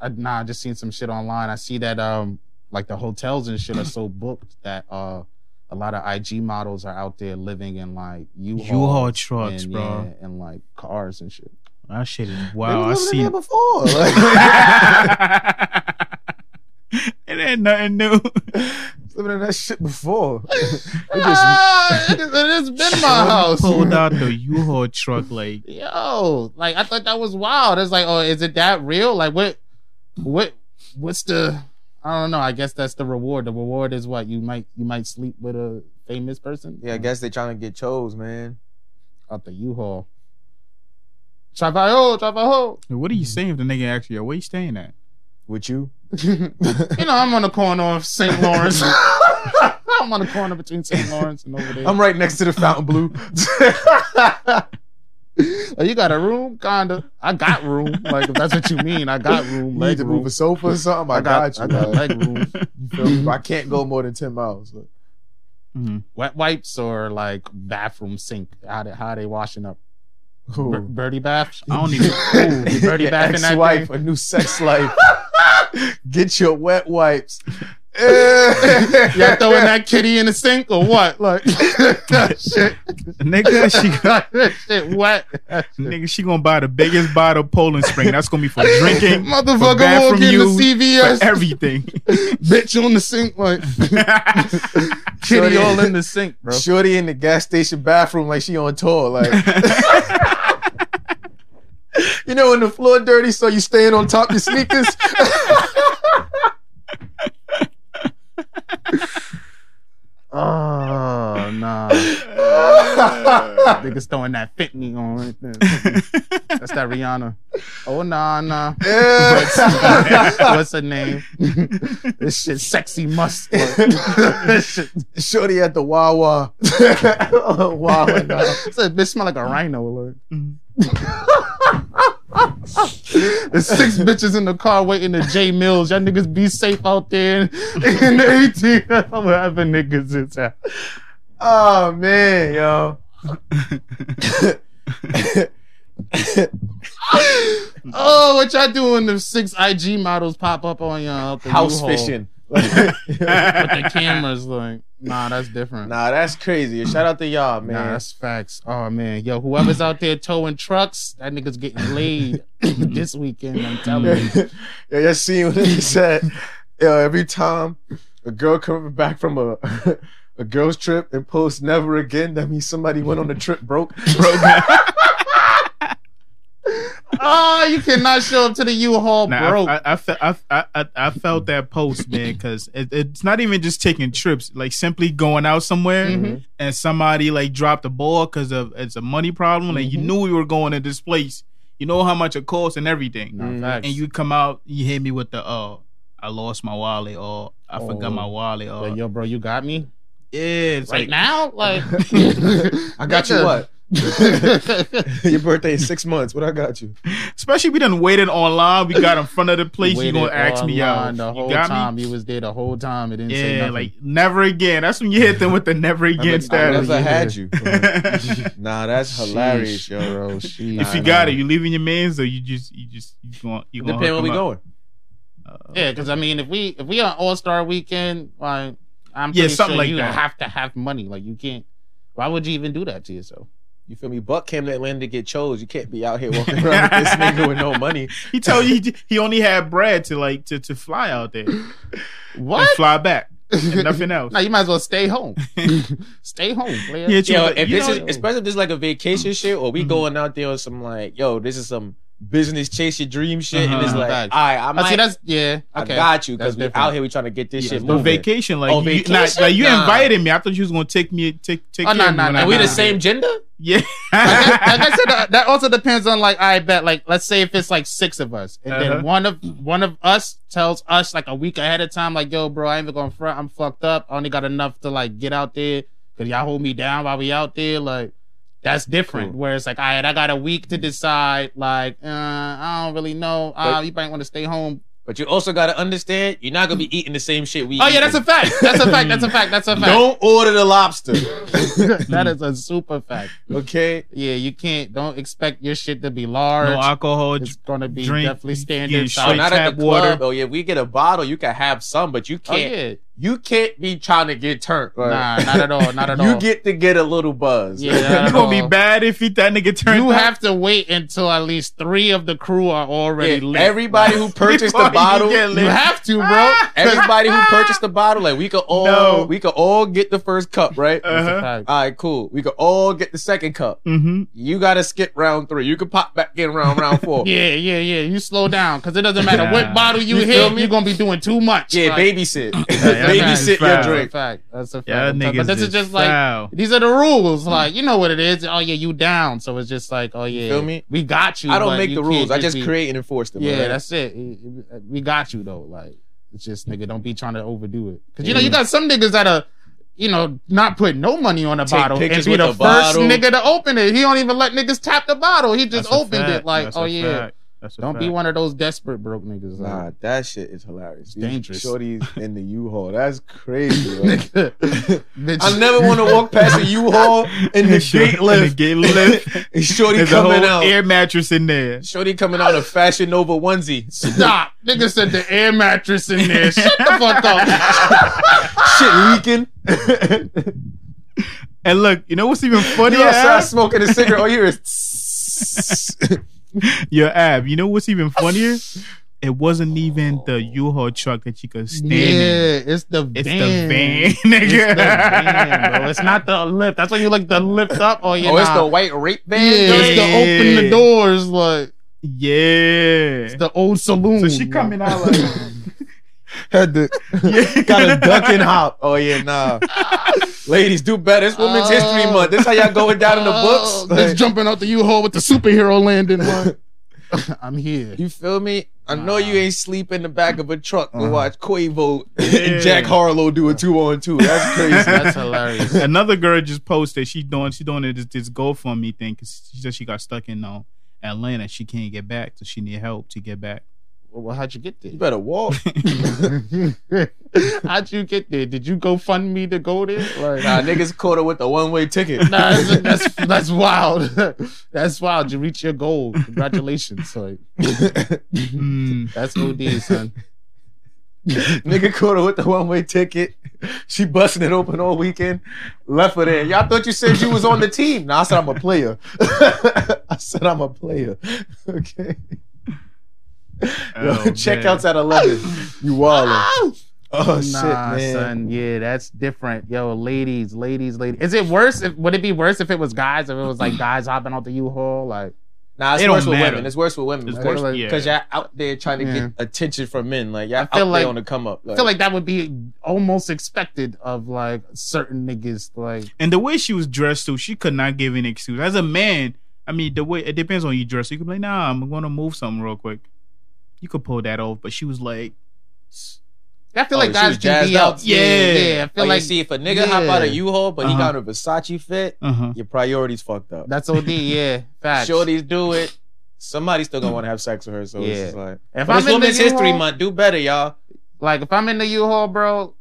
B: I, nah, I just seen some shit online. I see that um, like the hotels and shit are so booked that uh, a lot of IG models are out there living in like U-Hauls
C: U-Haul trucks,
B: and,
C: bro.
B: yeah, and like cars and shit.
C: That shit is
A: They
C: wow. I
A: was living
C: see.
A: there before. Like,
C: it ain't nothing new.
A: living in that shit before.
B: It, ah, it, is- it has been my house.
C: Pulled out the U-Haul truck like
B: yo like i thought that was wild it's like oh is it that real like what what what's the i don't know i guess that's the reward the reward is what you might you might sleep with a famous person
A: Yeah, I guess they trying to get chose, man.
B: out the u-haul travail travail
C: What are you saying if the nigga asks you, "Yo, where you staying at?
A: With you?
B: you know i'm on the corner of st lawrence i'm on the corner between st lawrence and over there
A: I'm right next to the Fountain Blue.
B: oh, you got a room kinda i got room like if that's what you mean i got room
A: Need
B: leg
A: to
B: room
A: move a sofa or something? I,
B: I
A: got,
B: got-
A: you.
B: I got
A: like,
B: leg room
A: you feel me? I can't go more than ten miles. like.
C: Mhm.
B: wet wipes or like bathroom sink? How they, how they washing up?
A: Ooh.
B: Bir- birdie bath?
C: I don't even. Ooh.
B: Birdie
A: Your
B: back in that
A: ex-wife, a new sex life. Get your wet wipes. yeah,
B: Y'all throwing that kitty in the sink or what? Like shit,
C: nigga, she
B: shit, wet.
C: nigga, she gonna buy the biggest bottle of Poland Spring. That's gonna be for drinking, for
B: Motherfucker
C: bathroom
B: walking in the
C: use, for
B: CVS,
C: everything.
B: bitch on the sink, like kitty
A: Shorty-
B: all in the sink, bro.
A: Shorty in the gas station bathroom like she on tour. Like you know, when the floor dirty, so you staying on top of your sneakers.
B: Oh nah, niggas throwing that fit me on right there. That's that Rihanna. Oh nah nah. What's her name? this shit sexy must. this shit.
A: Shorty at the Wawa. Wawa. now.
B: It's like, bitch smell like a rhino. Like. There's six bitches in the car waiting to J Mills. Y'all niggas be safe out there in, in the 18. I'm having niggas is at.
A: Oh man, yo.
B: Oh, what y'all doing? The six IG models pop up on y'all. out the U-Haul With the cameras, like, nah, that's different. Nah,
A: Nah, that's crazy. Shout out to y'all, man.
B: that's facts. Oh, man. Yo, whoever's out there towing trucks, that nigga's getting laid this weekend. I'm telling you.
A: yeah, you see what he said. Yo, every time a girl coming back from a a girl's trip and posts never again, that means somebody went on the trip broke.
C: Bro,
B: oh, you cannot show up to the U-Haul
C: Nah, I-
B: broke.
C: I, I, fe- I, I, I, I felt that post, man, because it, it's not even just taking trips, like simply going out somewhere
B: Mhm.
C: and somebody like dropped the ball because of it's a money problem. Like you
B: Mhm.
C: knew we were going to this place, you know how much it costs and everything,
B: Nah,
A: Mm.
B: facts.
C: Mm-hmm. and you come out, you hit me with the oh, I lost my wallet or I
B: Oh.
C: forgot my wallet or
B: Like, yo, bro, you got me
C: yeah, it's
B: right
C: like
B: now. Like,
A: I got you what? Your birthday is six months. What I got you?
C: especially we done waited online, we got in front of the place, you
B: Waited
C: gonna ask me out,
B: online The whole
C: you got me.
B: time you was there, the whole time it didn't say
C: Yeah,
B: nothing.
C: like never again. That's when you hit them with the never again
A: I
C: status.
A: never
B: yeah.
A: had you.
C: if
A: Nah, that's hilarious, yo.
B: bro. Sheesh.
A: If
C: you got it, you leaving your man's or you just you just you going you going
A: Depend where we going.
C: Uh,
B: Yeah, because I mean, if we if we on All Star Weekend, like I'm
C: Yeah,
B: pretty
C: something
B: sure
C: like
B: you
C: that.
B: have to have money. Like you can't. Why would you even do that to yourself?
A: You feel me? Buck came to Atlanta to get chose. You can't be out here walking around with this nigga with no money.
C: He told you he, he only had bread to like to, to fly out there and
B: What?
C: fly back. And nothing else.
B: No, you might as well stay home. stay home, player.
C: Yeah,
A: Yo,
C: you-
A: if
C: you
A: this
C: know-
A: is especially if this is like a vacation shit, or we
B: Mm-hmm.
C: Mhm.
A: going out there on some like, yo, this is some business chase your dream shit, and it's
C: Uh-huh.
A: like, all
B: Facts.
A: right, I
B: I see.
A: might,
B: That's yeah.
A: I
B: Okay.
A: got you because
B: That's
A: we're
B: different.
A: out here, we trying to get this shit
C: but
A: moving.
C: vacation, like
A: Oh,
C: you, you-
A: vacation?
C: Nah, like you
A: Nah.
C: invited me. I thought you was gonna take me take take
B: Oh,
C: care
B: nah,
C: of me
B: nah,
C: when
B: nah,
C: I
A: Are we
C: got
A: the
C: there.
A: same gender?
C: Yeah.
B: like, I- like I said, uh, that also depends on like I bet like let's say if it's like six of us, and
C: Uh-huh.
B: then one of one of us tells us like a week ahead of time, like yo, bro, I ain't even going front, I'm fucked up, I only got enough to like get out there, cause y'all hold me down while we out there, like that's different.
A: Cool.
B: Where it's like, all right, I got a week to decide, like uh, I don't really know, uh,
A: But-
B: you might want to stay home.
A: But you also gotta understand, you're not gonna be eating the same shit we.
B: Oh yeah, that's
A: eating.
B: a fact. That's a fact. That's a fact. That's a fact.
A: Don't order the lobster,
B: that is a super fact.
A: okay?
B: Yeah, you can't. Don't expect your shit to be large.
C: no alcohol.
B: It's gonna be
C: drink,
B: definitely
C: you
B: standard.
C: get
A: Oh,
B: size.
C: Like
A: not at
C: tap
A: the club.
C: water.
A: Oh yeah, we get a bottle, you can have some, but you
B: Oh
A: can't.
B: yeah,
A: You can't be trying to get turned. bro.
B: nah, not at all, not at all.
A: You get to get a little buzz.
B: Yeah, not
C: You're
B: at
C: gonna
B: all.
C: be bad if he, that nigga turned
B: You
C: up.
B: have to wait until at least three of the crew are already
A: Yeah,
B: lit.
A: everybody who purchased
C: Before
A: the
C: you
A: bottle,
C: get
B: you
C: lit.
B: have to, bro.
A: everybody who purchased the bottle, like we could all
C: No.
A: we could all get the first cup, right?
C: Uh-huh.
A: All right, cool. We could all get the second cup.
C: Mm-hmm.
A: You gotta skip round three. You could pop back in round round four. yeah,
B: Yeah, yeah, yeah. You slow down because it doesn't matter what
C: Nah.
B: bottle you,
A: You feel
B: hit,
A: me?
B: you're gonna be doing too much. Like,
A: babysit,
C: yeah,
B: that's
A: babysit your
C: foul.
B: That's a
A: drink.
B: fact. That's a fact.
C: Yeah,
B: I'm
C: that
B: talking-
C: niggas
B: but this is just like
C: foul.
B: these are the rules. Like you know what it is. Oh yeah, you down. So it's just like oh yeah,
A: feel me?
B: we got you.
A: I don't
B: but
A: make
B: you
A: the
B: can't
A: rules. I just
B: be-
A: create and enforce them.
B: Yeah,
A: right?
B: that's it. We got you though. Like it's just nigga, don't be trying to overdo it. Cause you know you got some niggas that are, you know, not put no money on a
A: Take
B: bottle and
A: pictures
B: be
A: with
B: the,
A: the
B: first
A: bottle.
B: nigga to open it. He don't even let niggas tap the bottle. He just
C: That's a
B: opened
C: fact.
B: it. Like
C: That's
B: oh
C: a
B: yeah,
C: fact. That's a
B: don't be
C: fact.
B: one of those desperate broke niggas.
A: Nah,
B: Like,
A: that shit is hilarious. These
B: dangerous.
A: Shorties in the U-Haul. That's crazy. bro.
B: nigga, bitch.
A: I never want to walk past a U-Haul in the
C: Sure,
A: gate lift.
C: In the gate lift.
A: And Shorty
C: There's a whole
A: coming out.
C: air mattress in there.
A: Shorty coming out of Fashion Nova onesie.
B: Stop. Nigga said the air mattress in there. Shut the fuck up.
A: Shit leaking.
C: And look, you know what's even
A: you
C: funnier?
A: outside
C: Ab?
A: smoking a Oh, cigarette. All you hear is.
C: Your ab. You know what's even funnier? It wasn't even the U-Haul truck that you could stand in.
B: Yeah, it's the
C: It's
B: van.
C: the van,
B: It's
C: nigga.
B: the van, bro. It's not the lift. That's when you like the lift up. Oh yeah,
A: oh, it's
B: nah.
A: the white rape
B: Yeah,
A: band.
B: it's
A: joint?
B: the open the doors like
C: yeah.
B: it's the old saloon.
C: so she coming out like,
A: Had to-
C: yeah.
A: Got a duck and hop. Oh yeah, nah. Ladies, do better. It's Women's
B: Oh.
A: History Month. This how y'all going down in the
B: Oh,
A: books.
B: Just
A: Like,
B: jumping out the U-Haul with the superhero landing. Like, I'm here.
A: you feel me? I know
B: Nah.
A: you ain't sleep in the back of a truck to
B: Uh-huh.
A: watch Quavo
C: Yeah.
A: and Jack Harlow do a two on two. That's crazy.
B: That's hilarious.
C: Another girl just posted she doing she doing this this GoFundMe thing because she said she got stuck in um, Atlanta. She can't get back, so she need help to get back.
B: Well, how'd you get
A: You
B: there?
A: better walk.
B: how'd you get there? Did you go fund me to go there? Like,
A: Nah, niggas caught her with the one way ticket.
B: Nah, that's, that's that's wild. that's wild. You reach your goal. Congratulations. Like
C: Mm.
B: that's OD, son.
A: Nigga caught her with the one way ticket. She busting it open all weekend. Left her there. Y'all thought you said you was on the team. Nah, I said I'm a player. I said I'm a player. Okay. Yo,
C: Oh,
A: checkouts at
C: man.
A: 11. You wildin'. Oh,
B: nah,
A: shit, man.
B: son. Yeah, that's different. Yo, ladies, ladies, ladies. Is it worse? If, would it be worse if it was guys? If it was like guys hopping out the U-Haul? Like,
A: Nah, it's
C: It don't
A: worse with
C: matter.
A: women. It's worse with women.
C: It's
A: man.
C: worse- yeah.
A: Cause y'all out there trying to
B: Yeah.
A: get attention from men, like y'all
B: I feel
A: out
B: like-
A: there on the come up.
B: I feel like that would be almost expected of like certain niggas. Like
C: And the way she was dressed too, she could not give an excuse. As a man, I mean, the way it depends on you dress. You could be like, nah, I'm gonna move something real quick. You could pull that off, but she was like,
B: I feel
A: Oh,
B: like
A: she
B: guys
A: was
B: do
A: jazzed
B: be
A: up?
B: out. Yeah,
C: Yeah.
B: yeah. I feel
A: Like,
B: like
A: Oh, you see, if a nigga hop out
B: Yeah.
A: of U-Haul, but he
C: Uh-huh.
A: got a Versace fit,
C: uh huh.
A: your priorities fucked up.
B: that's OD. Yeah, facts.
A: Shorties do it. Somebody's still gonna want to have sex with her. So
B: Yeah.
A: it's just like
B: If
A: but it's
B: in the
A: Women's History
B: U-Haul-
A: Month. Do better, y'all.
B: Like if I'm in the U-Haul, bro,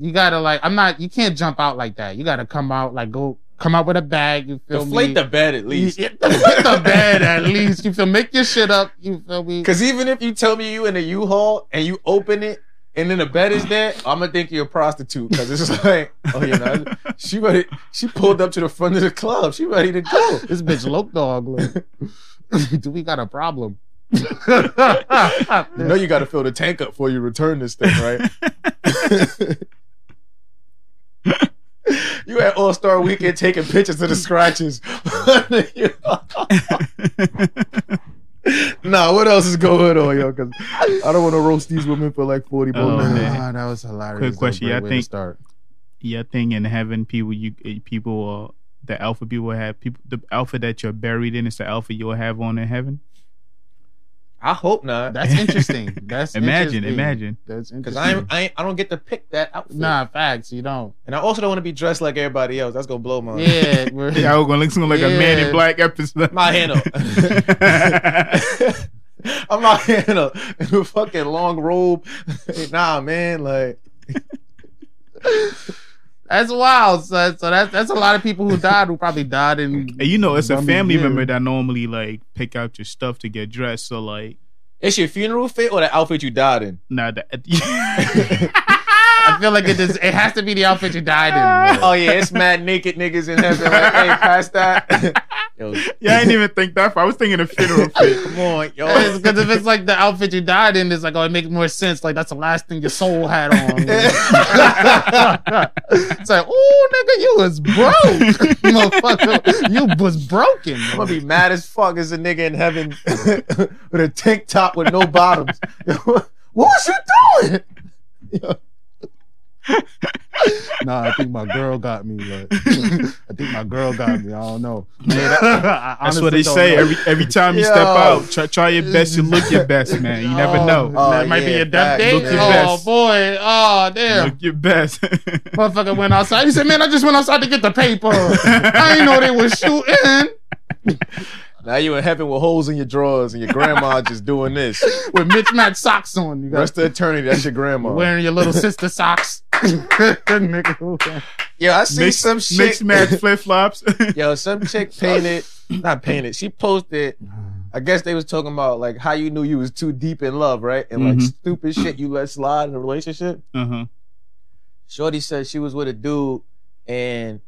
B: you gotta like I'm not. You can't jump out like that. You gotta come out like go come out with a bag. You feel
A: Deflate
B: me?
A: the bed at least.
B: Yeah, deflate the bed at least. You feel make your shit up. You feel me?
A: Because even if you tell me you in a U-Haul and you open it and then the bed is there, I'm gonna think you're a prostitute. Because it's just like, oh you know, she ready. She pulled up to the front of the club. She ready to go.
B: This bitch lope dog. Look. Do we got a problem?
A: You know you got to fill the tank up before you return this thing, right? you at All Star Weekend taking pictures of the scratches. nah, what else is going on, yo? Because I don't want to roast these women for like forty
C: Oh,
A: more minutes.
C: man.
B: Ah, that was hilarious.
C: Quick
B: That was a
C: question.
B: great
C: I
B: way
C: think-
B: to start.
C: Yeah, thing in heaven, people, you eh, people, uh, the alpha people have people. The alpha that you're buried in is the alpha you'll have on in heaven.
A: I hope not,
B: That's interesting. That's
C: Imagine,
B: interesting.
C: imagine.
B: That's
A: because
B: interesting.
A: I ain't- I ain't- I don't get to pick that outfit.
B: nah facts. You don't.
A: and I also don't want to be dressed like everybody else. That's gonna blow my
B: Yeah, we're-
C: Yeah, I was gonna look something like a man
B: Yeah.
C: in black episode.
A: my hand up. I'm not in a, in a fucking long robe. nah, man, like.
B: That's wild. So, so that's that's a lot of people who died who probably died in.
C: And you know, it's a
B: Dummy
C: family
B: year.
C: member that normally like pick out your stuff to get dressed. So like,
A: It's your funeral fit or the outfit you died in?
C: nah, that
B: I feel like it is. It has to be the outfit you died in. bro.
A: Oh yeah, it's mad naked niggas in heaven. Like, hey, pass that. yo,
C: yeah, I didn't even think that. far. I was thinking a funeral fit.
A: come on, yo.
B: Because if Oh, it's like the outfit you died in, it's like oh, it makes more sense. Like that's the last thing your soul had on. it's like, oh, nigga, you was broke, motherfucker. You was broken.
A: I'm gonna be mad as fuck as a nigga in heaven with a tank top with no bottoms. Yo, what was you doing?
B: Nah, I think my girl got me. Like, I think my girl got me. I don't know. Man, I- I
C: That's what
B: honestly
C: they
B: don't
C: say
B: know.
C: every every time you
A: Yo.
C: step out. Try, try your best. You look your best, man. You never know.
A: Oh,
B: that might be
A: yeah,
B: a
A: fact,
B: death date.
C: look your
B: Oh
C: best.
B: boy. Oh damn.
C: Look your best.
B: Motherfucker went outside. He said, "Man, I just went outside to get the paper. I didn't know they was shooting
A: Now you in heaven with holes in your drawers and your grandma just doing this.
B: with mismatched socks on. You got
A: Rest of eternity, that's your grandma.
B: wearing your little sister socks." Nigga.
A: Yeah, I see
C: Mix-
A: some shit.
C: Mixed match flip flops.
A: Yo, some chick painted, not painted. She posted. I guess they was talking about like how you knew you was too deep in love, right? And like
C: Mhm.
A: stupid shit you let slide in a relationship.
C: uh-huh.
A: Shorty said she was with a dude, and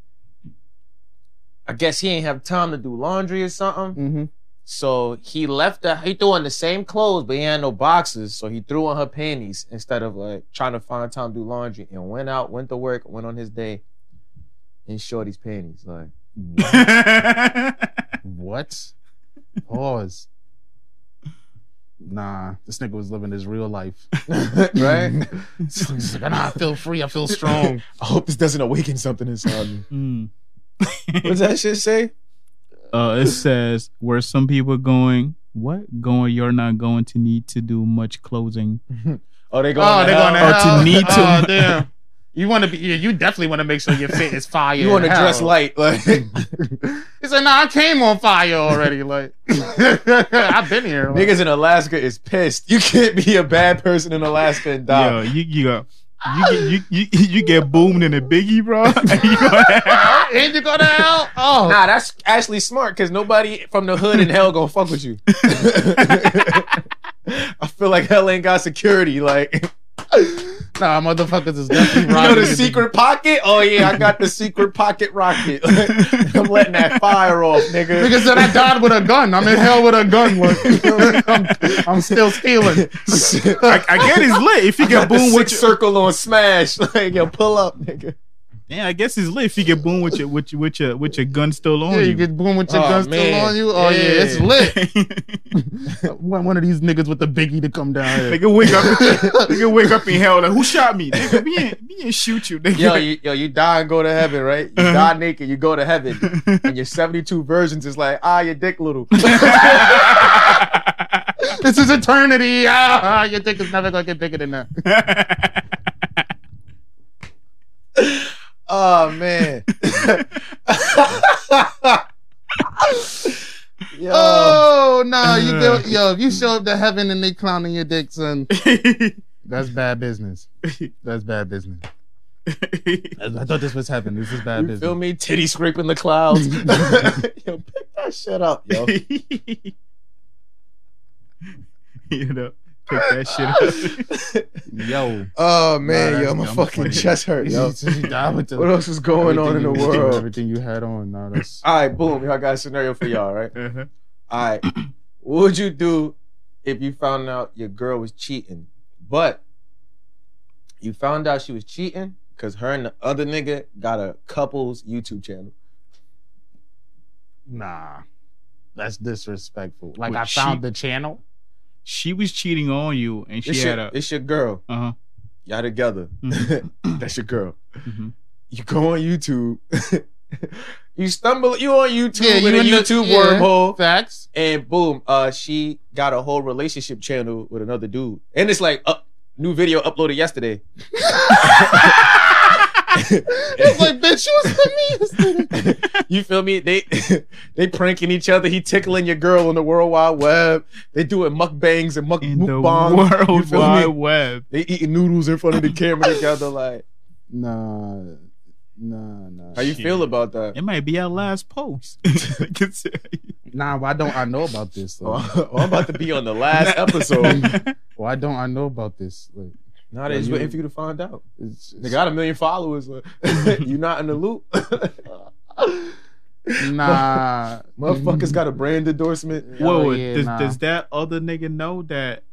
A: I guess he ain't have time to do laundry or something.
C: Mm-hmm.
B: Mhm.
A: So he left the he threw on the same clothes, but he had no boxes. So he threw on her panties instead of like trying to find time to do laundry and went out, went to work, went on his day in Shorty's panties. Like
B: What? Pause. Nah, this nigga was living his real life.
A: right?
B: He's like, nah, I feel free. I feel strong.
A: I hope this doesn't awaken something inside me.
C: Mm.
A: What's that shit say?
C: Uh, it says where some people are going. What going? You're not going to need to do much closing.
A: Oh, they going.
B: oh,
A: to
B: they're
A: hell?
B: going to
C: Oh, to
B: hell.
C: need
B: Oh,
C: to-
B: damn. You want to be? Yeah, you definitely want to make sure your fit is fire.
A: You want to
B: in hell.
A: dress light, like
B: He said, "Nah, I came on fire already. Like, I've been here. Like,
A: niggas in Alaska is pissed. You can't be a bad person in Alaska and
C: Yo,
A: die.
C: you you go. You get, you, you, you get boomed in a biggie, bro. And you gonna-
B: "Ah, ain't you go to hell? Oh,
A: Nah, that's actually smart because nobody from the hood in hell gonna fuck with you. I feel like hell ain't got security. Like,
B: nah, motherfuckers is definitely
A: you know
B: robbing
A: the
B: you.
A: secret pocket? Oh yeah, I got the secret pocket rocket. I'm letting that fire off, nigga.
B: Nigga said I died with a gun. I'm in hell with a gun. Like, I'm, I'm still stealing.
C: I, I get it's lit if you
A: Got
C: get
A: the
C: boomed with
A: six
C: your,
A: circle on smash. Like, yo, pull up, nigga.
C: Damn, I guess it's lit if you get boom with your with your with your with your gun still on
B: Yeah, you
C: you.
B: get boom with your
A: Oh,
B: gun still
A: man.
B: on you. Oh yeah,
A: Yeah.
B: it's lit. Want one of these niggas with the biggie to come down here.
C: nigga wake up, nigga wake up in hell. Like, who shot me? Nigga, we ain't we ain't shoot you, nigga.
A: Yo, you, yo, you die and go to heaven, right? You die naked, you go to heaven, and your seventy-two virgins is like, ah, your dick little.
B: this is eternity. Ah, your dick is never gonna get bigger than that.
A: Oh man. Yo.
B: Oh no, you do, yo, if you show up to heaven and they clowning your dick, son, that's bad business. That's bad business. I thought this was heaven. This is bad
A: you
B: business.
A: feel me? Titty scraping the clouds. yo, pick that shit up, yo.
C: you know, pick that shit up.
B: Yo,
A: Oh
B: Nah,
A: man, yo,
B: that's
A: my
B: dumb
A: fucking
B: funny.
A: chest hurt, yo.
B: you die with the,
A: What else is going on in the
B: everything you-
A: world?
B: Everything you had on. Nah, that's
A: All right, boom. Yo, I got a scenario for y'all, right?
C: Uh-huh.
A: All right. What would you do if you found out your girl was cheating? But you found out she was cheating because her and the other nigga got a couple's YouTube channel.
B: nah. That's disrespectful. Like
C: Wait,
B: I found
C: she-
B: the channel.
C: She was cheating on you, and she
A: It's,
C: had
A: your,
C: a.
A: it's your girl.
C: Uh-huh.
A: Y'all together.
C: Mhm.
A: That's your girl.
C: Mhm.
A: You go on YouTube. you stumble. You on YouTube
B: Yeah,
A: with
B: you
A: a
B: in the-
A: YouTube
B: yeah.
A: wormhole.
B: Facts.
A: and boom, uh, she got a whole relationship channel with another dude, and it's like uh, new video uploaded yesterday.
B: It's like, bitch, you was the meanest. nigga.
A: you feel me? They they pranking each other. He tickling your girl on the World Wide Web. They doing mukbangs and muk
C: In the
A: mukbangs. You
C: world
A: feel
C: wide
A: me?
C: web.
A: They eating noodles in front of the camera together. Like,
B: Nah, nah, nah.
A: how you
C: Shit.
A: feel about that?
C: It might be our last post.
B: Nah, why don't I know about this? Like,
A: Oh, I'm about to be on the last episode.
B: Oh. Why don't I know about this? Like,
A: Now they're
B: Yo,
A: just
B: you-
A: waiting for you to find out.
B: it's,
A: They got a million followers. like, you not in the loop.
B: nah.
A: Motherfuckers got a brand endorsement.
B: Oh,
C: Whoa,
B: yeah,
C: does,
B: nah.
C: does that other nigga know that?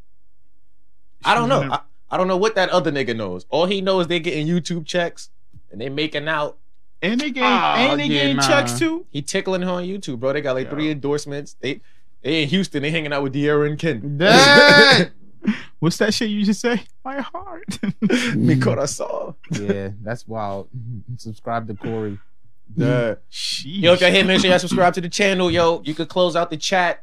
A: I don't
C: she's
A: know.
C: in
A: I,
C: a-
A: I don't know what that other nigga knows. All he knows they getting YouTube checks and they making out.
C: and they getting,
B: Ah,
C: and they
B: yeah,
C: getting
B: nah.
C: checks too.
A: He tickling her on YouTube, bro. They got like
C: Yeah.
A: three endorsements. They they in Houston. They hanging out with De'Aaron and Ken.
B: Dang!
C: What's that shit you just say? My heart.
A: Because I saw.
B: yeah, that's wild. Subscribe to Corey.
A: Duh.
C: Sheesh.
A: Yo, if y'all hit, make sure y'all subscribe to the channel, yo. You could close out the chat.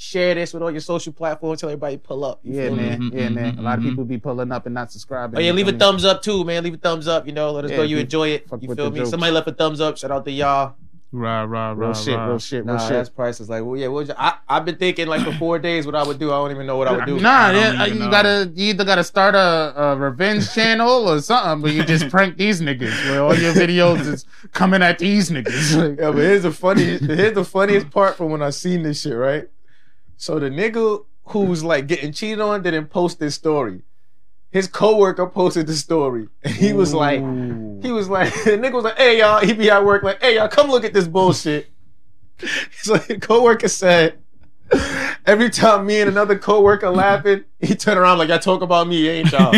A: Share this with all your social platforms. Tell everybody pull up. You
B: Yeah,
A: feel me?
B: man.
C: Mhm,
B: Yeah,
C: mhm,
B: man. A lot of
C: mhm.
B: people be pulling up and not subscribing.
A: Oh yeah,
B: You
A: leave
B: feel
A: a
B: me?
A: thumbs up too, man. Leave a thumbs up. You know, let us
B: Yeah,
A: know
B: if
A: you
B: you
A: enjoy it.
B: fuck
A: You
B: with
A: feel
B: the
A: me?
B: jokes.
A: Somebody left a thumbs up. Shout out to y'all.
C: Rah, rah, rah.
B: Real shit,
C: rah.
B: real shit, real
A: Nah, that's
B: shit.
A: priceless. Like, well, yeah, what would you- I, I've been thinking like for four days what I would do. I don't even know what I would do.
B: Nah,
C: I don't
B: yeah,
C: even
B: you
C: know.
B: gotta you either gotta start a, a revenge channel or something, but you just prank these niggas where all your videos is coming at these niggas.
A: Yeah, but here's the funny. here's the funniest part from when I seen this shit, right? So the nigga who's like getting cheated on didn't post this story. His coworker posted the story, and he was like, he was like, the nigga was like, hey y'all, he be at work, like, hey y'all, come look at this bullshit. So the coworker said, every time me and another coworker laughing, he turned around like, y'all talk about me, ain't y'all?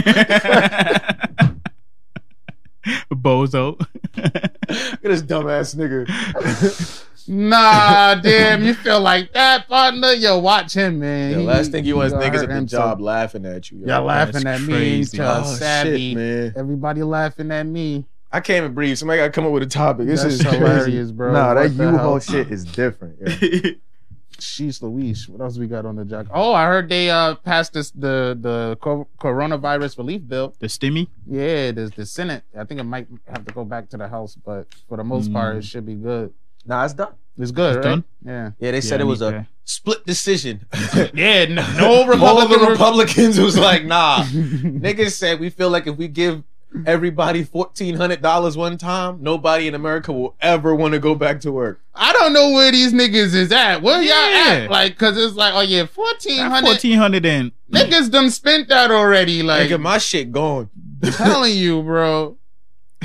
C: Bozo.
A: Look at this dumbass nigga.
B: Nah, damn, you feel like that, partner? Yo, watch him, man.
A: The
B: He-
A: last thing you want is
B: y'all
A: niggas
B: hurt
A: at the
B: him so-
A: job laughing at you. yo.
B: Y'all laughing at
C: That's
B: me,
C: crazy.
B: y'all
A: Oh,
B: savvy.
A: shit, man.
B: Everybody laughing at me.
A: I can't even breathe. Somebody got to come up with a topic. This
B: That's
A: is crazy.
B: hilarious, bro.
A: Nah, that
B: What the
A: U-Haul
B: hell?
A: shit is different. yo.
B: She's Louise. What else we got on the jack? Oh, I heard they uh passed this the the co- coronavirus relief bill.
C: the stimmy.
B: Yeah, there's the Senate. I think it might have to go back to the House, but for the most
C: Mm.
B: part, it should be good.
A: nah, it's done.
B: It's good,
C: It's
B: right?
C: done?
B: Yeah.
A: Yeah, they said
C: Yeah,
A: it was
C: I
A: a
C: need that.
A: split decision.
B: Yeah. No, no
A: All the
B: Republican.
A: Republicans was like, nah. Niggas said we feel like if we give everybody $1,400 one time, nobody in America will ever want to go back to work.
B: I don't know where these niggas is at. Where y'all
C: Yeah.
B: at? Like, cause it's like, oh yeah, fourteen hundred
C: Fourteen hundred and
B: niggas done spent that already. Like,
A: Nigga, my shit gone.
B: telling you, bro.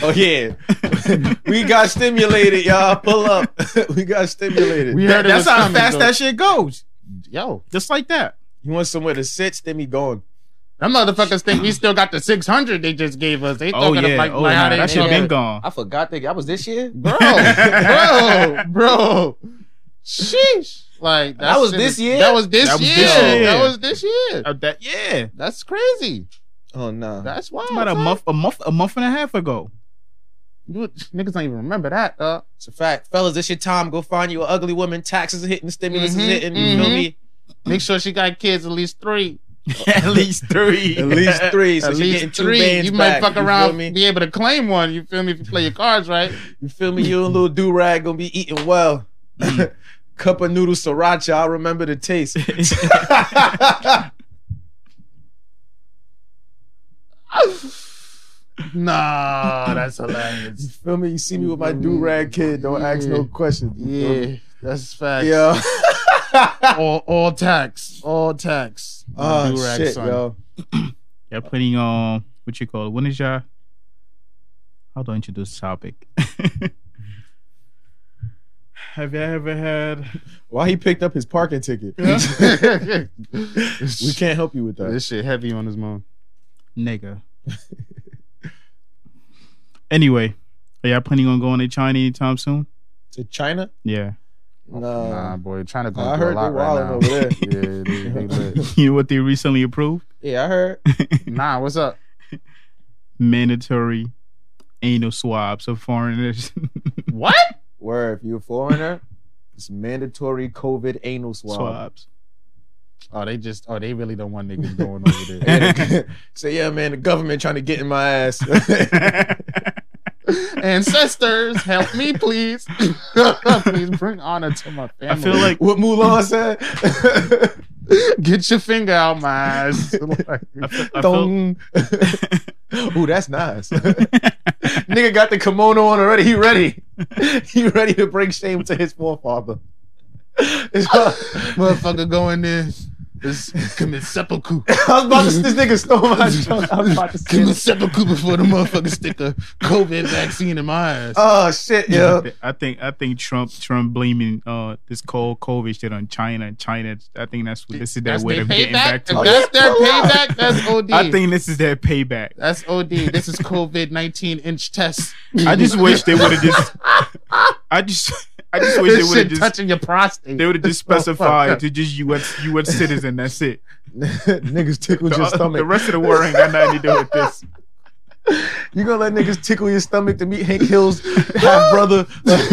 A: Oh, yeah. we got stimulated, y'all. Pull up. we got stimulated.
B: We heard it
C: that's
B: was
C: how
B: coming,
C: fast
B: though.
C: that shit goes.
B: Yo,
C: Just like that.
A: You want somewhere to sit? Stimmy gone.
B: Them motherfuckers think we still got the 600 they just gave us. They
C: Oh
B: talking
C: yeah,
B: about
C: oh,
B: like, how
C: nah,
B: they
C: that shit
A: yeah.
C: been gone.
A: I forgot that. I was this year.
B: bro, bro, bro. Sheesh. Like
A: That was
B: shit
A: this
B: is-
A: year?
B: That was this
C: That was
B: year.
C: this year.
B: That was this year.
C: Uh, that yeah,
B: That's crazy.
A: Oh no.
B: That's wild.
C: about a
B: son.
C: month, a month, a month and a half ago.
B: You- niggas don't even remember that. Uh,
A: It's a fact. Fellas, it's your time. Go find you an ugly woman. Taxes are hitting, stimulus
B: Mhm,
A: is hitting. You feel
B: mhm.
A: me?
B: make sure she got kids at least three.
C: At least three.
A: At least three. So
B: at
A: you're getting
B: least
A: two
B: three.
A: bands
B: You might
A: back,
B: fuck
A: you feel
B: around,
A: me?
B: be able to claim one. You feel me? If you play your cards right.
A: You feel me? You and little do rag gonna be eating well.
B: Mm.
A: Cup of noodle sriracha. I remember the taste.
B: nah, that's hilarious.
A: feel me? You see me with my do rag kid. Don't ask no
B: Mm. Yeah.
A: questions. You feel me?
B: Yeah, that's facts.
A: Yo.
B: All, all tax, all tax. My
A: oh
B: do-rag
A: shit,
B: son.
A: yo.
C: Y'all putting on what you call it? When is y'all? How do I introduce this topic? Have you ever had?
A: Why he picked up his parking ticket? we
B: this
A: can't help you with that.
B: shit heavy on his mom.
C: Nigga. anyway, are y'all planning on going to China anytime soon?
A: To China?
C: Yeah.
A: No.
B: Nah, boy, trying to go
A: Nah, Uh, I
B: through a
A: heard they
B: lot
A: wilding
B: right
A: over
B: now.
A: there.
B: yeah, they, they lit.
C: you know what they recently approved?
A: Yeah, I heard.
B: Nah, what's up?
C: Mandatory anal swabs of foreigners.
B: What?
A: Where if you're a foreigner, it's mandatory COVID anal swab.
C: swabs.
B: Oh, they just oh they really don't want niggas going over there.
A: Say, yeah, man, the government trying to get in my ass.
B: Ancestors, help me, please. please bring honor to my
C: I
B: family.
C: feel like
A: what Mulan said.
B: get your finger out my eyes.
C: I feel, I feel,
A: Dong. Ooh, that's nice. Nigga got the kimono on already. He ready. He ready to bring shame to his forefather. It's- I
B: Motherfucker go in there. Just commit seppuku.
A: was about to this nigga stole my joke. I was about to say.
B: Commit
A: it.
B: seppuku before the motherfucker stick a COVID vaccine in my eyes.
A: Oh shit, yo.
C: I think I think Trump Trump blaming uh this cold COVID shit on China. China. I think that's what this is their
B: That's
C: way
B: their
C: of getting
B: payback.
C: back to.
A: Oh,
B: If
C: it.
B: that's their
A: yeah.
B: payback. That's OD.
C: I think this is their payback.
B: that's OD. This is COVID nineteen inch test.
C: I just wish they would have just. I just. I just wish
B: this
C: they would
B: shit Oh,
C: have just.
B: touching your prostate.
C: They would have just specified to just U.S. U.S. citizen. That's it.
A: niggas tickle
C: The,
A: your stomach.
C: the rest of the world ain't got nothing to do with this.
A: You gonna let niggas tickle your stomach to meet Hank Hill's half brother?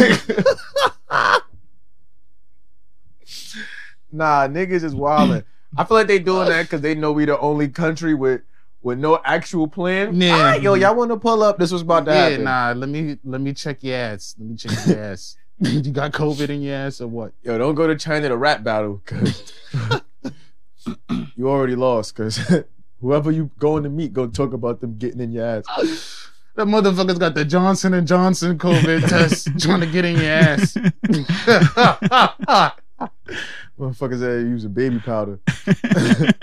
A: nah, niggas is wildin'. I feel like they doing that because they know we the only country with with no actual plan.
B: Yeah.
A: All right, yo, y'all want to pull up? This was about to
B: yeah,
A: happen.
B: nah. Let me let me check your ass. Let me check your ass. you got COVID in your ass or what?
A: Yo, don't go to China to rap battle because you already lost. Because whoever you going to meet, gonna talk about them getting in your ass.
B: That motherfucker's got the Johnson and Johnson COVID test trying to get in your ass.
A: Motherfuckers that use a baby powder.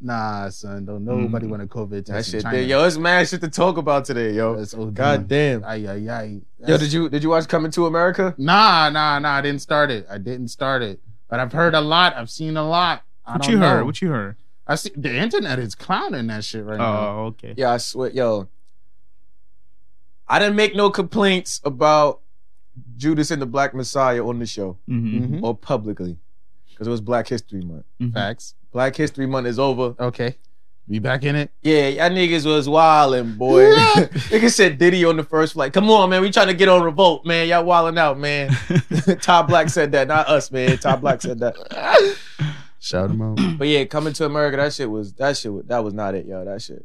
B: nah, son. Don't nobody
C: Mm.
B: want a COVID test.
A: That shit,
B: in
A: there.
B: China.
A: yo, it's mad shit to talk about today, yo.
B: That's OD.
A: God damn.
B: Ay, ay, ay.
A: Yo, did you did you watch Coming to America?
B: Nah, nah, nah. I didn't start it. I didn't start it. But I've heard a lot. I've seen a lot. I
C: What
B: don't
C: you
B: know.
C: heard? What you heard?
B: I see the internet is clowning that shit right now.
C: Oh, okay.
A: Yeah, I swear, yo. I didn't make no complaints about Judas and the Black Messiah on the show
C: Mm-hmm.
B: Mhm.
A: or publicly, because it was Black History Month.
B: Facts.
A: Black History Month is over.
B: Okay. We back in it.
A: Yeah, y'all niggas was wildin', boy.
B: Yeah.
A: Niggas said Diddy on the first flight. Come on, man. We trying to get on revolt, man. Y'all wildin' out, man. Todd Black said that, not us, man. Todd Black said that.
B: Shout him out.
A: But yeah, coming to America, that shit was that shit. was- That was not it, yo. That shit.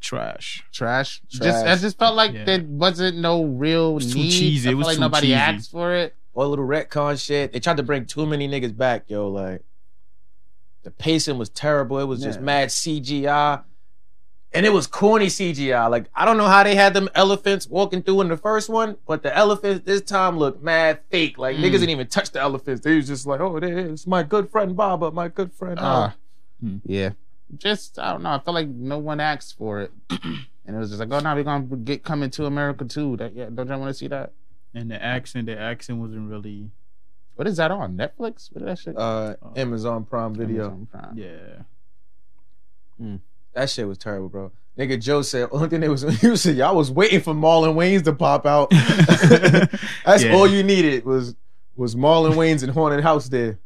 C: Trash.
B: Trash. Just
A: Trash.
B: I just felt like
C: Yeah.
B: there wasn't no real
C: was too
B: need.
C: cheesy.
B: I
C: It
B: felt
C: was
B: like
C: too
B: nobody
C: cheesy.
B: asked for it.
A: Or little retcon shit. They tried to bring too many niggas back, yo. Like the pacing was terrible. It was just
B: Yeah.
A: mad CGI. And it was corny CGI. Like, I don't know how they had them elephants walking through in the first one, but the elephants this time looked mad fake. Like
B: Mm.
A: niggas didn't even touch the elephants. They was just like, oh, there it is. My good friend Baba, my good friend. uh,
B: Ah.
C: Hmm.
B: Yeah. Just I don't know. I felt like no one asked for it. And it was just like, oh, now we're gonna get coming to America too. That, yeah, don't y'all want to see that?
C: And the accent, the accent wasn't really.
B: What is that on Netflix? What is that shit?
A: Uh, Amazon Prime Video.
B: Ah. Amazon Prime.
C: Yeah.
A: That shit was terrible, bro. Nigga Joe said, only thing they was he said, y'all was waiting for Marlon Wayne's to pop out. That's
C: Yeah.
A: all you needed was was Marlon Wayne's and Haunted House there.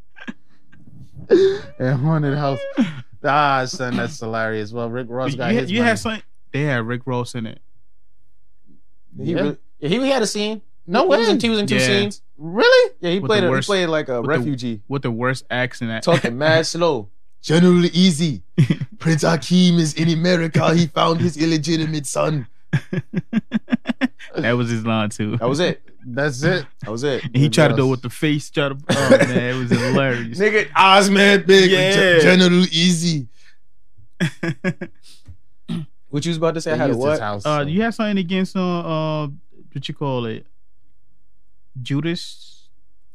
B: And haunted house. Ah, son, that's hilarious. Well, Rick Ross
C: you
B: got
C: had,
B: his.
C: you
B: money.
C: had something. They had Rick Ross in it.
A: He,
B: Yeah.
A: re- yeah, he had a scene.
B: No
A: he was in
B: way.
A: two, he was in two
C: Yeah.
A: scenes.
B: Really?
A: Yeah, he
C: With
A: played
C: the
A: a, he
C: worst-
A: played like a
C: with the-
A: refugee,
C: With the worst accent.
A: talking mad slow. General Easy. Prince Hakeem is in America. He found his illegitimate son.
C: that was his line too.
A: That was it.
B: That's it.
A: That was it.
C: And he tried to do it
B: Yes.
C: with the face. Tried to. Oh man, it was hilarious.
A: Nigga, eyes mad big. with
C: Yeah.
A: Gen- General Easy. What you was about to say? I had a
B: Used his
A: what?
B: house.
C: uh,
B: so-
C: you had something against uh, uh, what you call it? Judas.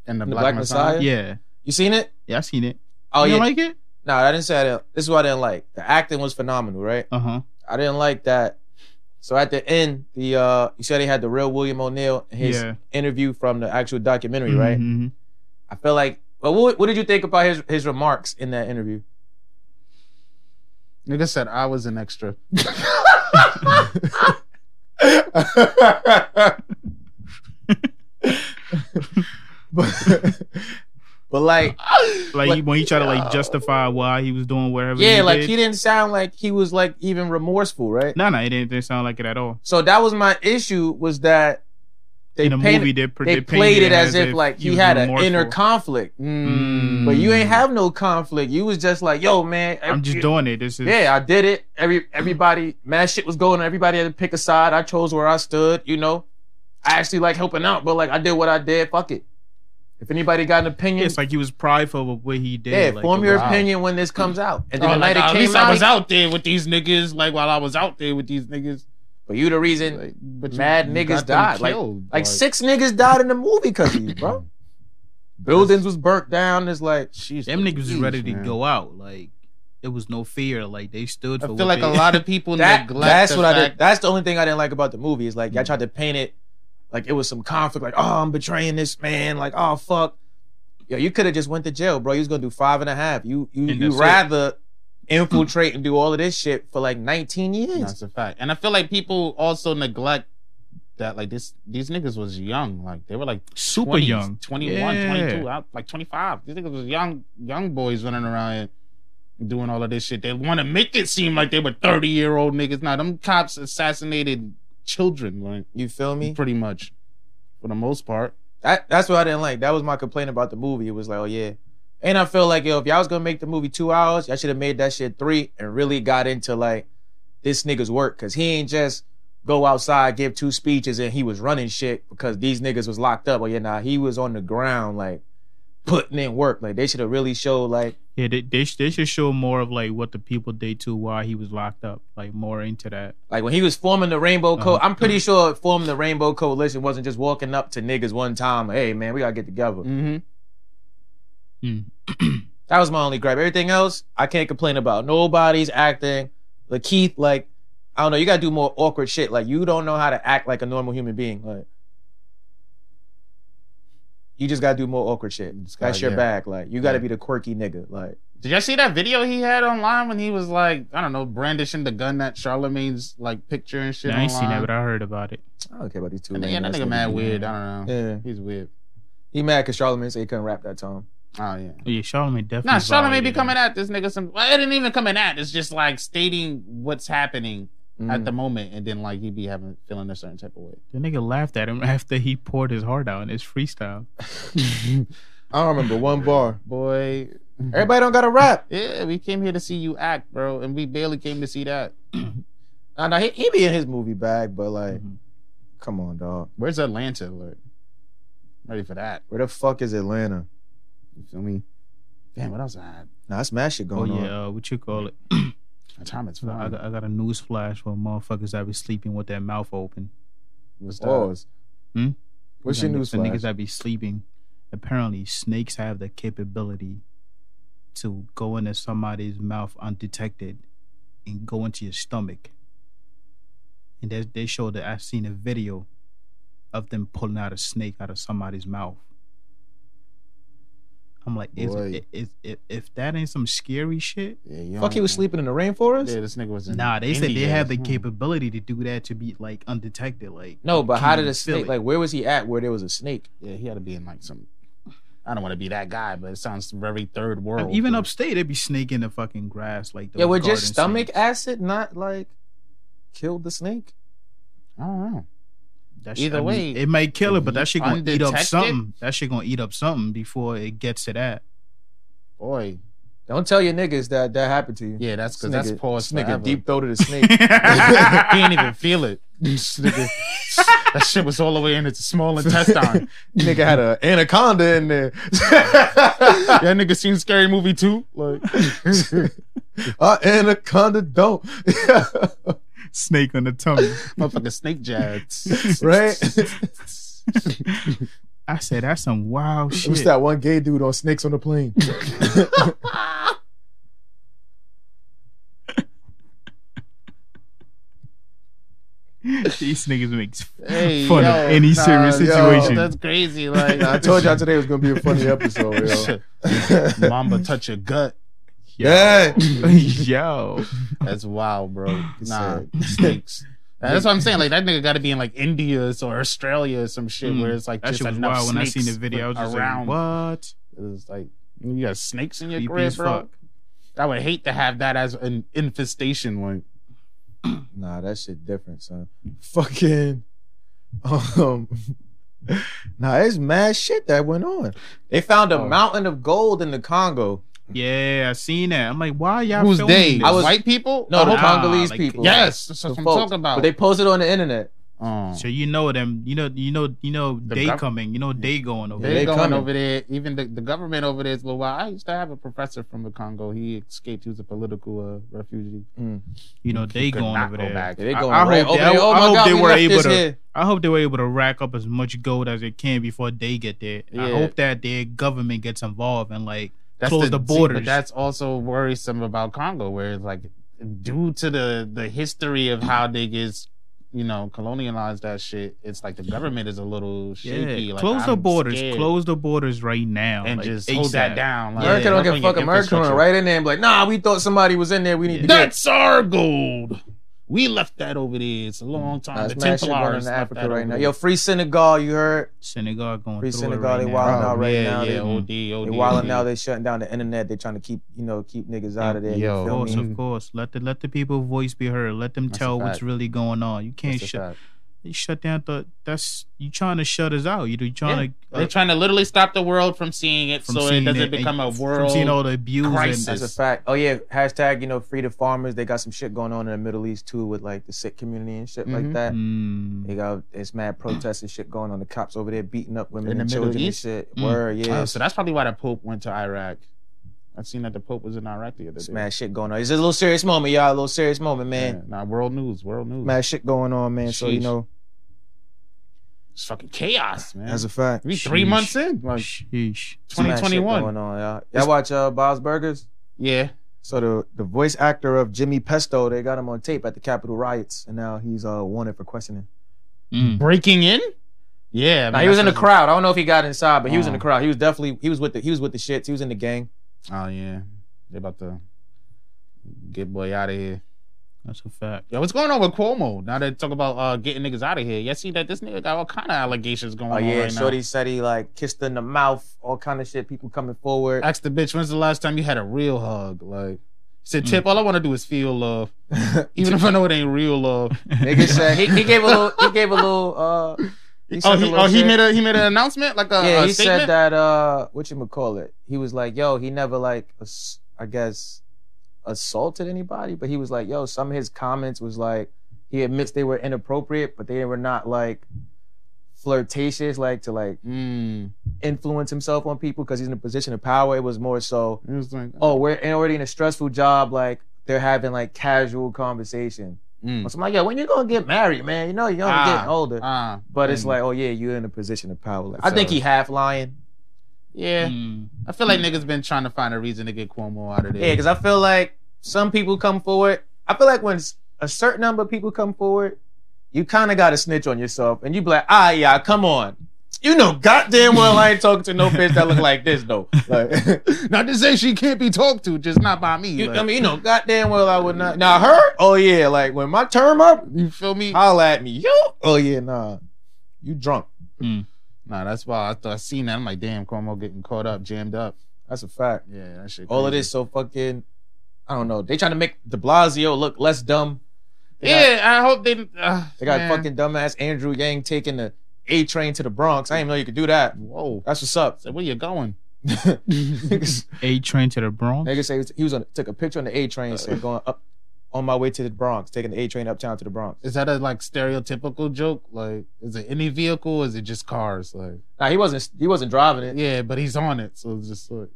B: and the,
A: The
B: Black,
A: Black
B: Messiah.
A: Messiah?
C: Yeah.
A: You seen it?
C: Yeah, I seen it.
A: Oh
C: you
A: yeah.
C: don't like it?
A: no, I didn't say I didn't. This is what I didn't like. The acting was phenomenal, right?
C: Uh huh.
A: I didn't like that. So at the end, the uh you said he had the real William O'Neill in his
C: Yeah.
A: interview from the actual documentary, right?
C: Mhm.
A: I feel like well, what, what did you think about his his remarks in that interview?
B: Nigga said I was an extra.
A: but, but like
B: Oh,
C: Like,
A: Like-
C: when he tried to like justify why he was doing whatever.
A: yeah,
C: he
A: like
C: did.
A: he didn't sound like he was like even remorseful, right?
C: No, no, it didn't, didn't sound like it at all.
A: So that was my issue was that they
C: In the
A: painted-
C: movie, they,
A: they,
C: painted
A: played it as, if, like he
C: was
A: had an
C: remorseful.
A: inner conflict,
C: Mm.
A: but you ain't have no conflict. You was just like, yo, man,
C: I'm just
A: every-
C: doing it. This is
A: Yeah, I did it. Every everybody, mad shit was going. on. Everybody had to pick a side. I chose where I stood. You know, I actually like helping out, but like I did what I did. Fuck it. If anybody got an opinion,
C: Yeah, it's like he was prideful of what he did.
A: yeah,
C: like,
A: form your
C: wow.
A: opinion when this comes out. And then
B: Oh,
A: the
B: like,
A: night
B: at
A: it came
B: least
A: out,
B: I was out there with these niggas. Like while I was out there with these niggas,
A: but you the reason.
B: like, but
A: mad niggas
B: got them
A: died, like-
B: killed,
A: Like six niggas died in the movie because of you, bro. Buildings was burnt down. It's like
B: Jeez,
C: Them niggas was
B: Louise,
C: ready to
B: man.
C: go out. Like it was no fear. Like they stood.
B: I
C: for
B: feel like
C: what
B: a
C: they-
B: lot of people
A: that,
B: neglect.
A: that's
B: the
A: what I
B: fact- Mm.
A: did. That's the only thing I didn't like about the movie is like I tried to paint it like it was some conflict. Like oh, I'm betraying this man. Like oh fuck, yo, you could have just went to jail, bro. You was gonna do five and a half. You you
C: And
A: you
C: that's it.
A: rather infiltrate and do all of this shit for like 19 years.
B: That's a fact. And I feel like people also neglect that like this these niggas was young. Like they were like
C: super
B: 20s,
C: young.
B: 21,
C: Yeah.
B: 22, out, like 25. These niggas was young young boys running around and doing all of this shit. They want to make it seem like they were 30 year old niggas. Now them cops assassinated children, like
A: You feel me?
B: pretty much for the most part.
A: That that's what I didn't like. That was my complaint about the movie. It was like oh yeah. And I feel like yo, if y'all was gonna make the movie two hours, y'all should have made that shit three and really got into like this nigga's work because he ain't just go outside, give two speeches, and he was running shit because these niggas was locked up. Or yeah, nah, he was on the ground like putting in work. Like they should have really showed like
C: Yeah, they, they sh- they should show more of like what the people did to why he was locked up. Like more into that.
A: like when he was forming the Rainbow Co. I'm pretty sure forming the Rainbow Coalition wasn't just walking up to niggas one time. Like, hey man, we gotta get together.
B: Mm-hmm.
A: That was my only gripe. Everything else, I can't complain about. Nobody's acting. Like Keith, like, I don't know, you gotta do more awkward shit. Like, you don't know how to act like a normal human being. Like, you just gotta do more awkward shit.
B: Just gotta-
A: That's your
B: yeah.
A: bag. Like, you gotta
B: Yeah.
A: be the quirky nigga. Like,
B: Did y'all see that video he had online when he was like, I don't know, brandishing the gun that Charlemagne's like picture and shit?
C: I ain't seen that,
B: online?
C: but I heard about it.
A: I don't care about these two.
B: Yeah,
A: lame
B: that
A: ass
B: nigga
A: niggas.
B: mad weird. I don't know.
A: Yeah.
B: He's weird.
A: He mad because Charlamagne said he couldn't rap that time.
B: Oh yeah.
C: Oh, yeah, Charlamagne definitely.
B: Nah, Charlamagne be
C: violated
B: coming at this nigga some. Well, it didn't even coming at. It's just like stating what's happening
A: Mm.
C: Mm.
B: at the moment, and then like he be having feeling a certain type of way.
C: The nigga laughed at him after he poured his heart out in his freestyle.
A: I don't remember one bar.
B: Boy,
C: Mm-hmm.
A: Everybody don't gotta rap.
B: yeah, we came here to see you act, bro, and we barely came to see that.
A: Nah, nah, he, he be in his movie bag, but like,
C: Mhm.
A: Mm-hmm. come on, dog.
B: Where's Atlanta? Alert? Ready for that?
A: Where the fuck is Atlanta?
B: You feel me? Damn, what else I had?
A: Nah, that's mad shit
C: Oh
A: going on.
C: yeah, uh, what you call it?
B: My time is
C: I
B: flying.
C: got, I got a news flash for motherfuckers that be sleeping with their mouth open.
B: What's that?
A: Pause.
C: Hmm?
A: What's your
C: The-
A: news
C: The niggas
A: flash?
C: that be sleeping. Apparently, snakes have the capability to go into somebody's mouth undetected and go into your stomach. And they, they showed that I've seen a video of them pulling out a snake out of somebody's mouth. I'm like, if,
E: Boy.
C: if if if that ain't some scary shit,
E: Yeah, you
A: Fuck, he was sleeping in the rainforest.
B: Yeah, this nigga was in.
C: nah. They said they
B: India.
C: have the
B: Hmm.
C: capability to do that to be like undetected. Like
A: No, but how did
C: Can you
A: a
C: feel
A: snake?
C: it?
A: Like, where was he at? Where there was a snake?
B: Yeah, he had to be in like some. I don't want to be that guy, but it sounds very third
C: I
B: world.
C: mean, even upstate, they'd be snaking the fucking grass. Like
A: yeah,
C: those
A: would just
C: garden
A: stomach
C: snakes.
A: acid not like killed the snake?
B: I don't know.
C: That shit-
B: Either
C: I mean,
B: way,
C: it might kill it,
B: if
C: but
B: you
C: that shit gonna eat up
B: undetected-
C: something. That shit gonna eat up something before it gets to that.
B: Boy,
A: Don't tell your niggas that that happened to you.
B: yeah, that's because
A: This
B: that's
A: nigga-
B: pause
A: This nigga
B: forever.
A: deep throated a snake.
B: he didn't even feel it. This nigga- that shit was all the way in his small intestine.
A: nigga had a anaconda in there.
B: That nigga seen Scary Movie too. Like,
A: a anaconda don't.
C: Snake on the tummy.
B: motherfucking snake jabs.
A: right?
C: I said that's some wild shit.
A: What's that one gay dude on Snakes on the Plane?
C: These niggas makes
B: Hey,
C: fun
B: yo,
C: of any
B: nah,
C: serious
A: yo,
C: situation.
B: That's crazy. Like,
A: I told y'all today was gonna be a funny episode, yo.
B: Mamba touch your gut.
A: yeah.
C: Yo,
B: That's wild, bro. Nah,
A: Sad.
B: snakes. That's what I'm saying. Like that nigga got to be in like India or Australia or some shit
C: Mm.
B: where it's like
C: that
B: just
C: shit was
B: enough
C: wild when I seen the
B: snakes
C: video. I was just
B: around.
C: like, what?
B: It's like you got snakes in your
C: Creepy
B: crib,
C: as
B: bro.
C: fuck.
B: I would hate to have that as an infestation. Like
A: Nah, that shit different, son. Fucking um Nah, it's mad shit that went on. They found a
B: Oh.
A: mountain of gold in the Congo.
C: Yeah, I seen that. I'm like, why y'all?
B: who's
C: filming
B: they?
C: this?
A: I was-
B: white people. Ah,
A: No, the
C: nah,
A: Congolese
C: like-
A: people.
B: yes, that's
A: The
B: what I'm
A: folks.
B: talking about.
A: But they posted on the internet.
B: Oh.
C: So you know them. You know, you know, you know,
B: The
C: they
B: gov-
C: coming. You know, they going over.
B: They,
A: they
C: there.
B: going
A: coming.
B: over there. Even the, the government over there is well. I used to have a professor from the Congo. He escaped. He was a political uh, refugee.
C: You know, they
B: He could
C: going
B: not
C: over
B: go
C: there.
B: back.
A: Yeah, they
C: I-
A: going
C: I
A: right
C: hope
A: over
C: they-
A: there.
C: I-
A: Oh
C: I
A: my
C: hope
A: god,
C: they
A: we
C: were
A: left
C: able
A: this
C: to-
A: here.
C: I hope they were able to rack up as much gold as they can before they get there. I
B: Yeah.
C: hope that their government gets involved and like
B: That's
C: Close the
B: see,
C: borders.
B: but that's also worrisome about Congo, where it's like due to the the history of how niggas, you know, colonialized that shit. It's like the government is a little shaky.
C: yeah,
B: Like,
C: close the
B: I'm
C: borders,
B: scared.
C: close the borders right now,
B: and
C: like,
B: just hold that
C: ASAP.
B: down. Like,
A: America don't
B: work
A: give a
B: on your
A: fuck. America went
B: infrastructure.
A: right in there and be like, nah, we thought somebody was in there. We need to get
B: That's our gold. We left that over there. It's a long time.
A: That's
B: the
A: mad shit going
B: Templars
A: in
B: left
A: Africa
B: that
A: right
B: over
A: now.
B: there.
A: Yo, free Senegal, you heard?
C: Senegal going
A: Free
C: through
A: Senegal,
C: it
A: they
C: right
A: wilding
C: now.
A: out right
B: yeah,
A: now. They-
B: Yeah, OD, OD.
A: They wilding now. They shutting down the internet. They trying to keep you know keep niggas out of there.
B: Yo,
A: you
C: Of
A: feel
C: course,
A: me?
B: Mhm.
C: of course. Let the let the people voice be heard. Let them
B: That's a
C: tell what's
B: fact.
C: really going on. You can't shut you shut down the that's you trying to shut us out. You you trying to uh,
B: They're trying to literally stop the world from seeing it,
C: from
B: so it
C: seeing
B: doesn't
C: it and
B: become a
C: from
B: world.
C: seeing all the abuse
B: crisis.
C: and
A: That's a fact. Oh yeah, hashtag you know free the farmers. They got some shit going on in the Middle East too with like the sick community and shit like
B: Mhm.
A: that.
C: Mm.
A: They got it's mad protests and shit going on. The cops over there beating up women
B: In the
A: and
B: Middle
A: children
B: East?
A: and shit.
C: Mm.
A: Word, yeah.
B: Oh, so that's probably why the Pope went to Iraq. I've seen that the Pope was in Iraq the other
A: It's
B: day.
A: mad shit going on. It's a little serious moment, y'all. A little serious moment, man.
B: Yeah, Nah, world news, world news.
A: Mad shit going on, man. So you
B: Sheesh.
A: know
B: It's fucking chaos, man.
A: that's a fact.
B: we three
C: Sheesh.
B: months in, like
C: Sheesh.
A: It's mad shit
B: 2021.
A: going on, y'all. Y'all watch uh, Bob's Burgers.
B: Yeah,
A: So the the voice actor of Jimmy Pesto, they got him on tape at the Capitol riots, and now he's uh wanted for questioning.
C: Mm.
B: breaking in. Yeah,
A: Now,
B: man,
A: he was in the
B: that's a-
A: crowd. I don't know if he got inside, but he was in the
B: Oh.
A: crowd. He was definitely he was with the he was with the shits. He was in the gang.
B: Oh yeah, they about to get boy out of here.
C: That's a fact.
B: Yo, what's going on with Cuomo? Now they talk about uh, getting niggas out of here. Yeah, see that this nigga got all kind of allegations going
A: Oh
B: on
A: yeah,
B: right
A: Shorty said he like kissed her in the mouth, all kind of shit. People coming forward.
B: now. Ask the bitch, when's the last time you had a real hug? Like, said
A: Mm.
B: Tip, all I want to do is feel love, even if I know it ain't real love.
A: Nigga said he, he gave a little he gave a little uh he said
B: oh,
A: a
B: he,
A: little
B: oh he
A: shit.
B: made a he made an announcement like a,
A: yeah
B: a
A: he
B: statement.
A: said that uh what you call it he was like yo he never like ass- I guess assaulted anybody but he was like yo some of his comments was like he admits they were inappropriate but they were not like flirtatious like to like
B: Mm.
A: influence himself on people because he's in a position of power it was more so
B: It was like,
A: oh we're already in a stressful job like they're having like casual conversation.
B: mm.
A: So I'm like, yo, when you gonna get married, man? You know you're
B: Ah,
A: getting older.
B: Ah,
A: But it's
B: Mm.
A: like, oh yeah, you're in a position of power. Like, I
B: So-
A: think he half lying.
B: yeah.
C: Mm.
B: I feel like niggas been trying to find a reason to get Cuomo out of there.
A: Yeah, because I feel like some people come forward. I feel like when s- a certain number of people come forward, you kind of got to snitch on yourself, and you be like, ah, yeah, come on, You know, goddamn well, I ain't talking to no bitch that look like this though. Like,
B: Not to say she can't be talked to, just not by me.
A: you,
B: like,
A: I mean, you know, goddamn well, I would not. Now her, oh yeah, like when my term up,
B: you feel me?
A: holla at me. You, oh yeah, nah, you drunk.
B: Nah, that's why I thought I seen that. I'm like, damn, Cuomo getting caught up, jammed up.
A: That's a fact.
B: Yeah, that shit.
A: All of
B: crazy.
A: this so fucking. I don't know. They trying to make De Blasio look less dumb. They got-
B: Yeah, I hope they. Uh,
A: They got
B: man.
A: fucking dumbass Andrew Yang taking the A train to the Bronx. I didn't even know you could do that.
B: Whoa.
A: That's what's up.
B: So where you going?
A: Niggas
C: A train to the Bronx.
A: niggas say he was- he was on took a picture on the A train,
B: Uh.
A: so going up on my way to the Bronx, taking the A train uptown to the Bronx.
B: Is that a like stereotypical joke? Like, is it any vehicle? Or is it just cars? Like,
A: Nah, he wasn't he wasn't driving it.
B: yeah, but he's on it, so it's just like,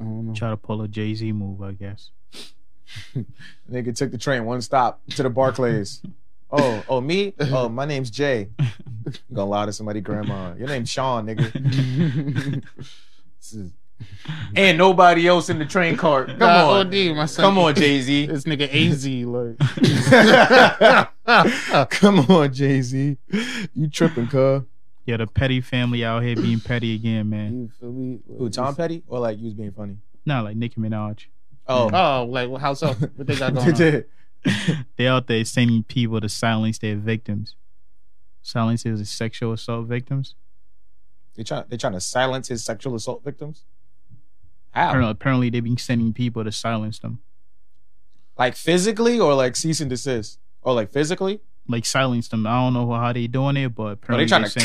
B: I don't know.
C: Try to pull a Jay Z move, I guess.
A: Nigga took the train one stop to the Barclays. oh, oh me? Oh, my name's Jay. You gonna lie to somebody, grandma. Your name's Sean, nigga.
B: This is-
A: And nobody else in the train cart. Come
B: Nah,
A: on.
B: OD, my son.
A: Come on, Jay Z.
B: This nigga AZ, like,
A: Come on, Jay Z. You tripping, cuz.
C: Yeah, the petty family out here being petty again, man.
B: you feel me?
A: Who, Tom Petty? Or like you was being funny?
C: Not like Nicki Minaj.
A: Oh.
B: Oh, like, well, how so? What they got going on?
A: Did-
C: They out there sending people to silence their victims. Silence his sexual assault victims.
A: They trying they trying to silence his sexual assault victims?
C: I don't
A: How?
C: know. Apparently, they've been sending people to silence them,
A: Like physically or like cease and desist? Or like physically?
C: like silence them. I don't know how they doing it, but apparently
A: tryna-
C: they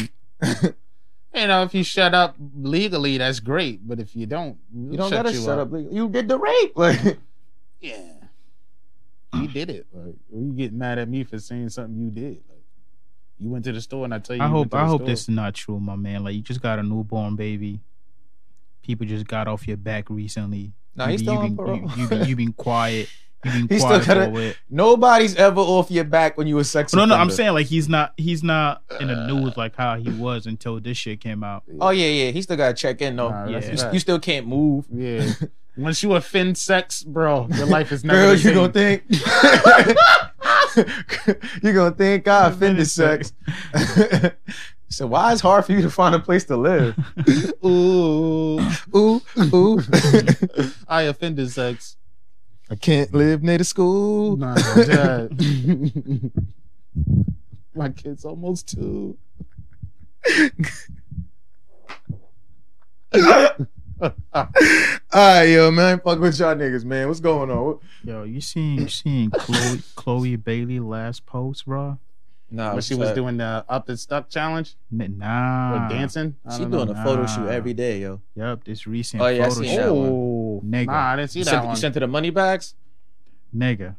C: send-
B: You know, if you shut up legally, that's great. But if you don't,
A: You don't
B: shut
A: gotta
B: you
A: shut up. legally. You did the rape. Like
B: Yeah, you did it. Like, you get mad at me for saying something you did. Like, you went to the store and I tell you.
C: I
B: you went
C: hope
B: to
C: I
B: the
C: hope
B: store.
C: this is not true, my man. Like you just got a newborn baby. People just got off your back recently.
A: Nah,
C: you
A: he's
C: been-
A: still
C: you
A: on
C: been,
A: parole.
C: You, you been, you been quiet. You've been
A: He's still
C: quiet
A: gotta-
C: for a while.
A: Nobody's ever off your back when you were sex.
C: No, no, I'm
A: offender.
C: saying like he's not he's not in the news like how he was until this shit came out.
A: Oh yeah, yeah. He still gotta check in though.
B: Nah, that's
C: Yeah.
A: You,
B: a fact.
A: you still can't move.
B: Yeah. Once you offend sex, bro, your life is never
A: Girl,
B: the same.
A: you gonna think you gonna think I offended sex. so why it's hard for you to find a place to live?
B: Ooh,
A: Ooh, ooh.
B: I offended sex.
A: I can't live near the school.
B: Nah, Dad. My kid's almost two.
A: All right, yo, man, I ain't fuck with y'all niggas, man. What's going on? What-
C: Yo, you seen you seen Chloe Chloe Bailey last post, bro?
A: Nah,
B: When she was doing the up and stuck challenge or
C: Nah,
B: dancing. I
D: She
B: don't
D: doing
B: know.
D: a photo
C: nah.
D: shoot every day, yo.
C: Yep, this recent
D: Oh, yeah, I
C: photo
D: seen
C: shoot,
D: that one.
B: Oh,
C: Nigga.
B: nah, I didn't see
D: You
B: that
D: sent, you
B: one.
D: sent her the money bags.
C: nigga.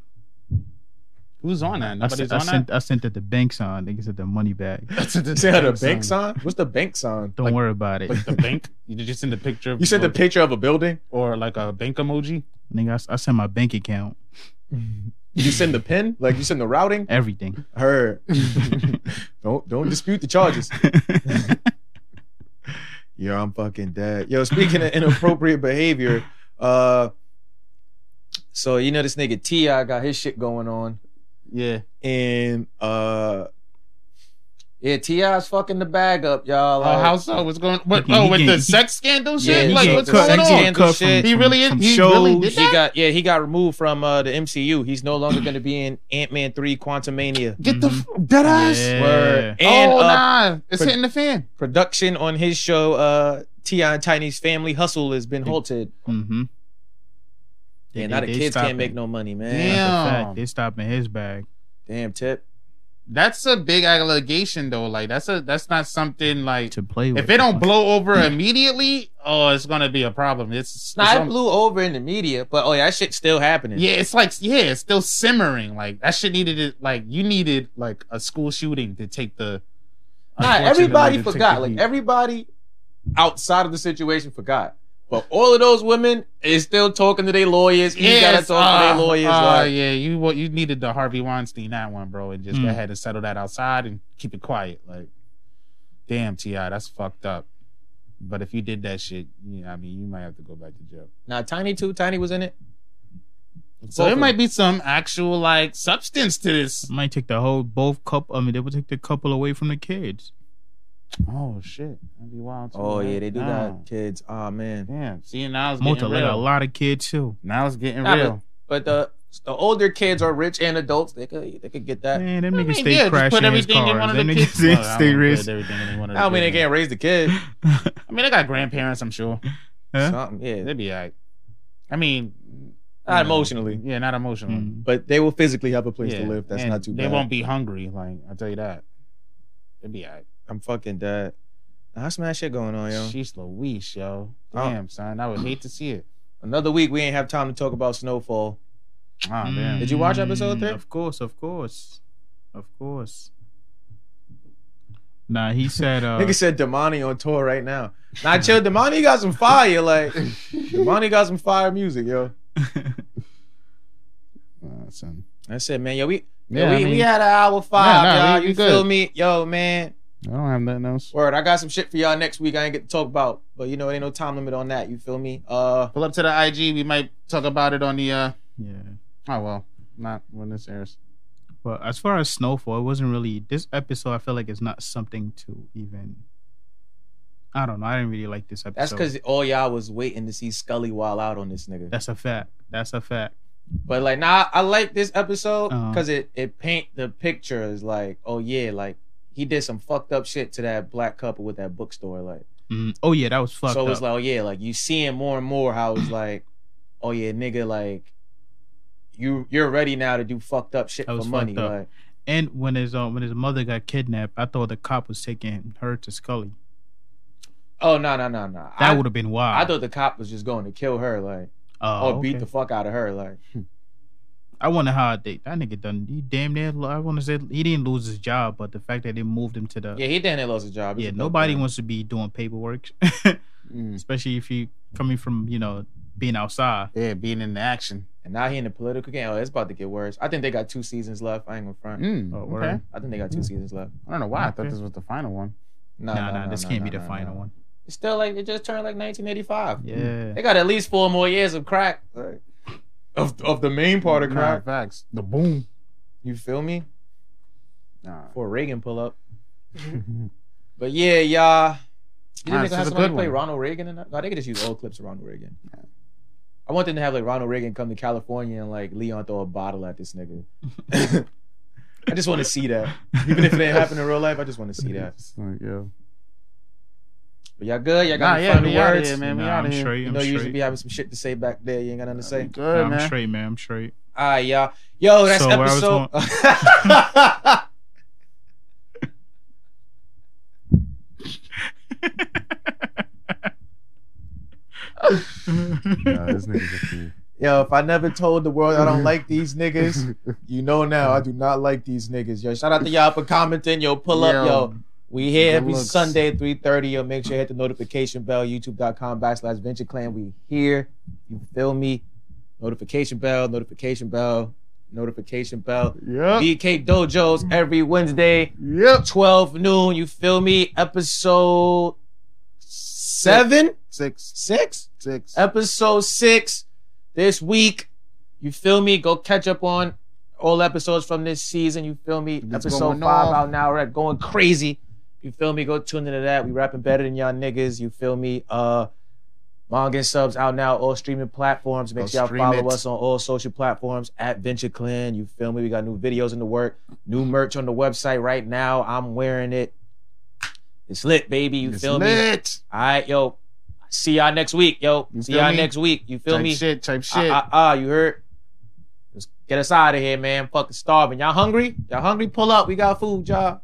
B: Who's on that?
C: I
B: Nobody's
C: sent, I
B: on that.
C: sent I sent it the bank sign. Niggas at the money bag.
A: She had a bank sign. What's the bank sign?
C: Don't worry about it,
B: Like the bank? You did you send a picture? Of
A: You sent a picture of a building.
B: or like a bank emoji?
C: nigga. I s- I, sent my bank account,
A: You send the pin, like you send the routing.
C: everything.
A: Her, don't don't dispute the charges. Yo, I'm fucking dead. Yo, speaking of inappropriate behavior, uh,
D: So you know this nigga Ti got his shit going on.
B: Yeah.
A: and uh,
D: Yeah, Ti's fucking the bag up, y'all.
B: Oh,
A: Uh,
D: Like,
B: how so? What's going? What?
C: He
B: oh, with
C: getting-
B: the
C: he-
B: sex scandal shit.
D: Yeah,
B: like
D: he
B: what's
D: getting
B: going
D: sex
B: on?
D: scandal. shit.
B: He really is.
C: from
B: He
C: shows.
B: really did
D: he
B: that.
D: got yeah, he got removed from uh, the MCU. He's no longer gonna be in Ant Man three Quantumania.
B: Get the f- dead ass.
C: Yeah.
D: Word. Mm-hmm. And
B: oh
D: uh,
B: nah, it's
D: pro-
B: hitting the fan.
D: production on his show, uh, Ti and Tiny's Family Hustle has been halted.
C: Mm-hmm.
D: Yeah, now the kids can't make no money, man.
B: Damn,
C: Fact, they stopping his bag.
D: Damn, tip.
B: that's a big allegation though. Like that's a that's not something like
C: to play with.
B: if it don't blow over immediately, oh, it's gonna be a problem. It's, it's
D: Nah, it
B: on-
D: blew over in the media, but oh yeah, that shit's still happening.
B: Yeah, it's like yeah, it's still simmering. Like that shit needed it. Like you needed like a school shooting to take the.
A: nah,
B: unfortunately,
A: everybody
B: to take
A: forgot.
B: the
A: Like
B: heat.
A: everybody outside of the situation forgot. But all of those women is still talking to their lawyers. He gotta talk
B: Yes,
A: to
B: uh,
A: their lawyers.
B: uh,
A: like,
B: yeah, you wa- you needed the Harvey Weinstein that one, bro, and just
C: Mm.
B: I had to settle that outside and keep it quiet. Like, damn, Ti, that's fucked up. But if you did that shit, yeah, I mean, you might have to go back to jail.
D: Now Tiny too, Tiny was in it.
B: So
D: Both
B: there
D: of
B: might be some actual like substance to this.
C: might take the whole both cup. I mean, they would take the couple away from the kids.
B: Oh shit, that'd be wild. Too,
A: Oh
B: man.
A: yeah, they do
B: Nah.
A: got kids. Oh man.
B: Damn. See now it's
C: Mota
B: getting
C: let a
B: real.
C: lot of kids too.
B: Now it's getting
A: Nah,
B: real.
A: But the the older kids are rich and adults. They could they could get that.
C: Man, them
B: I
C: niggas
B: mean,
C: stay
B: yeah, just
C: crashing
B: put
C: his
B: everything in
C: cars.
B: one of
C: Them
B: the
C: niggas
B: kids.
C: stay,
B: Well, I
C: stay
B: don't
C: risk.
B: put everything in one of
A: I
B: the
A: mean, they
B: kids.
A: can't raise the kid.
B: I mean, they got grandparents. I'm sure
C: Huh?
A: Something, yeah.
B: they'd be alright. I mean,
A: Not
B: Mm.
A: emotionally,
B: yeah, not emotional.
C: Mm.
A: but they will physically have a place
B: Yeah,
A: to live. That's
B: and
A: not too
B: They
A: bad.
B: won't be hungry. Like I tell you that, they'd be alright.
A: I'm fucking dead. How's some mad shit going on, yo?
B: She's Louise, yo.
A: Oh.
B: Damn, son, I would hate to see it.
A: Another week we ain't have time to talk about snowfall.
B: Oh man,
A: Did you watch episode
C: Mm,
A: three?
C: Of course, of course, of course. Nah, he said. Uh,
A: Nigga said Damani on tour right now. Nah, chill. Damani got some fire. Like Damani got some fire music, yo.
B: Uh, son.
A: That's it, man. Yo, we
B: Yeah,
A: we,
B: I mean,
A: we had an hour five,
B: nah,
A: y'all.
B: we- we
A: you
B: good.
A: feel me? Yo, man.
B: I don't have nothing else.
A: Word. I got some shit for y'all next week. I ain't get to talk about, but you know it ain't no time limit on that. You feel me? Uh,
B: Pull up to the IG. We might talk about it on the. uh
C: yeah.
B: Oh well, not when this airs.
C: But as far as Snowfall, it wasn't really this episode. I feel like it's not something to even. I don't know. I didn't really like this episode.
A: that's because all y'all was waiting to see Scully while out on this nigga.
C: that's a fact. That's a fact.
A: But like, nah, I like this episode
C: Uh-huh.
A: because it it paint the picture as like, oh yeah, like he did some fucked up shit to that black couple with that bookstore, like.
C: Mm, oh yeah, that was fucked
A: so
C: up.
A: it's like, oh yeah, like you seeing more and more how it's like, oh yeah, nigga, like you you're ready now to do fucked up shit
C: That
A: for
C: was
A: money,
C: fucked up.
A: like
C: and when his um, when his mother got kidnapped, I thought the cop was taking her to Scully.
A: oh no no no no,
C: That
A: I,
C: would have been
A: I
C: wild.
A: thought the cop was just going to kill her, like
C: oh,
A: or beat
C: okay.
A: the fuck out of her, like
C: I wonder how they that nigga done. He damn near. lo- I want to say he didn't lose his job, but the fact that they moved him to the
A: yeah, he didn't lost his job. It's
C: Uh, yeah
A: a dope
C: nobody
A: thing.
C: wants to be doing paperwork,
B: Mm.
C: especially if you coming from you know being outside.
B: Yeah, being in the action.
A: And now he in the political game. Oh, it's about to get worse. I think they got two seasons left. I ain't gonna front.
B: Mm,
C: Oh, word.
B: okay.
A: I think they got two seasons left.
B: I don't know why I
C: Okay.
B: thought this was the final one.
A: No,
C: Nah, nah, this can't be the final one.
A: It's still like it just turned like 1985.
C: Yeah.
A: They got at least four more years of crack. like, of of the main part of
B: Nah,
A: crack.
B: facts. The boom.
A: You feel me?
B: Nah.
A: Before Reagan pull up. But yeah, y'all. You
B: Nah,
A: didn't
B: this
A: have
B: is a
A: somebody
B: good
A: play
B: one.
A: Ronald Reagan and no, they could just use old clips of Ronald Reagan. I want them to have like Ronald Reagan come to California and like Leon throw a bottle at this nigga. I just want to see that. Even if it ain't happen in real life, I just want to see that.
B: It's like, yo.
A: But y'all good? Y'all
B: Nah,
A: got
B: yeah,
A: any
B: we
A: final
B: out
A: words?
B: here, man. We
C: Nah,
B: out
C: I'm
B: here.
C: straight.
A: You
C: I'm
A: know you usually
C: straight.
A: be having some shit to say back there. You ain't got nothing to
B: We
A: say.
C: Nah,
B: Good,
C: I'm
B: man.
C: straight, man. I'm straight.
A: All right, y'all. Yo, that's
C: So, where I was
A: episode.
B: Nah, this nigga's a fool.
A: Yo, if I never told the world I don't like these niggas, you know now I do not like these niggas. Yo, shout out to y'all for commenting. Yo, pull up, yo. We here
B: Good
A: every
B: looks.
A: Sunday at 3.30. Yo, make sure you hit the notification bell, youtube.com backslash venture clan. We here. You feel me? Notification bell, notification bell, notification bell.
B: Yep.
A: BK Dojos every Wednesday,
B: Yep.
A: 12 noon. You feel me? Episode seven?
B: Six.
A: Six?
B: Six.
A: episode six this week. You feel me? Go catch up on all episodes from this season. You feel me?
B: What's
A: episode
B: going
A: five
B: on?
A: out now. We're at going crazy. You feel me? Go tune into that. We rapping better than y'all niggas. You feel me? Uh manga and subs out now, all streaming platforms. Make
B: Go
A: sure y'all
B: stream
A: follow
B: it.
A: us on all social platforms at Venture Clan. You feel me? We got new videos in the work, new merch on the website right now. I'm wearing it. It's lit, baby. You
B: It's
A: feel me?
B: lit.
A: All right, yo. See y'all next week, yo.
B: You
A: See
B: feel
A: y'all
B: me?
A: next week. You feel
B: Type
A: me?
B: shit. Type
A: Ah,
B: shit.
A: ah, ah, you heard? Let's get us out of here, man. Fucking starving. Y'all hungry? Y'all hungry? Pull up. We got food, y'all.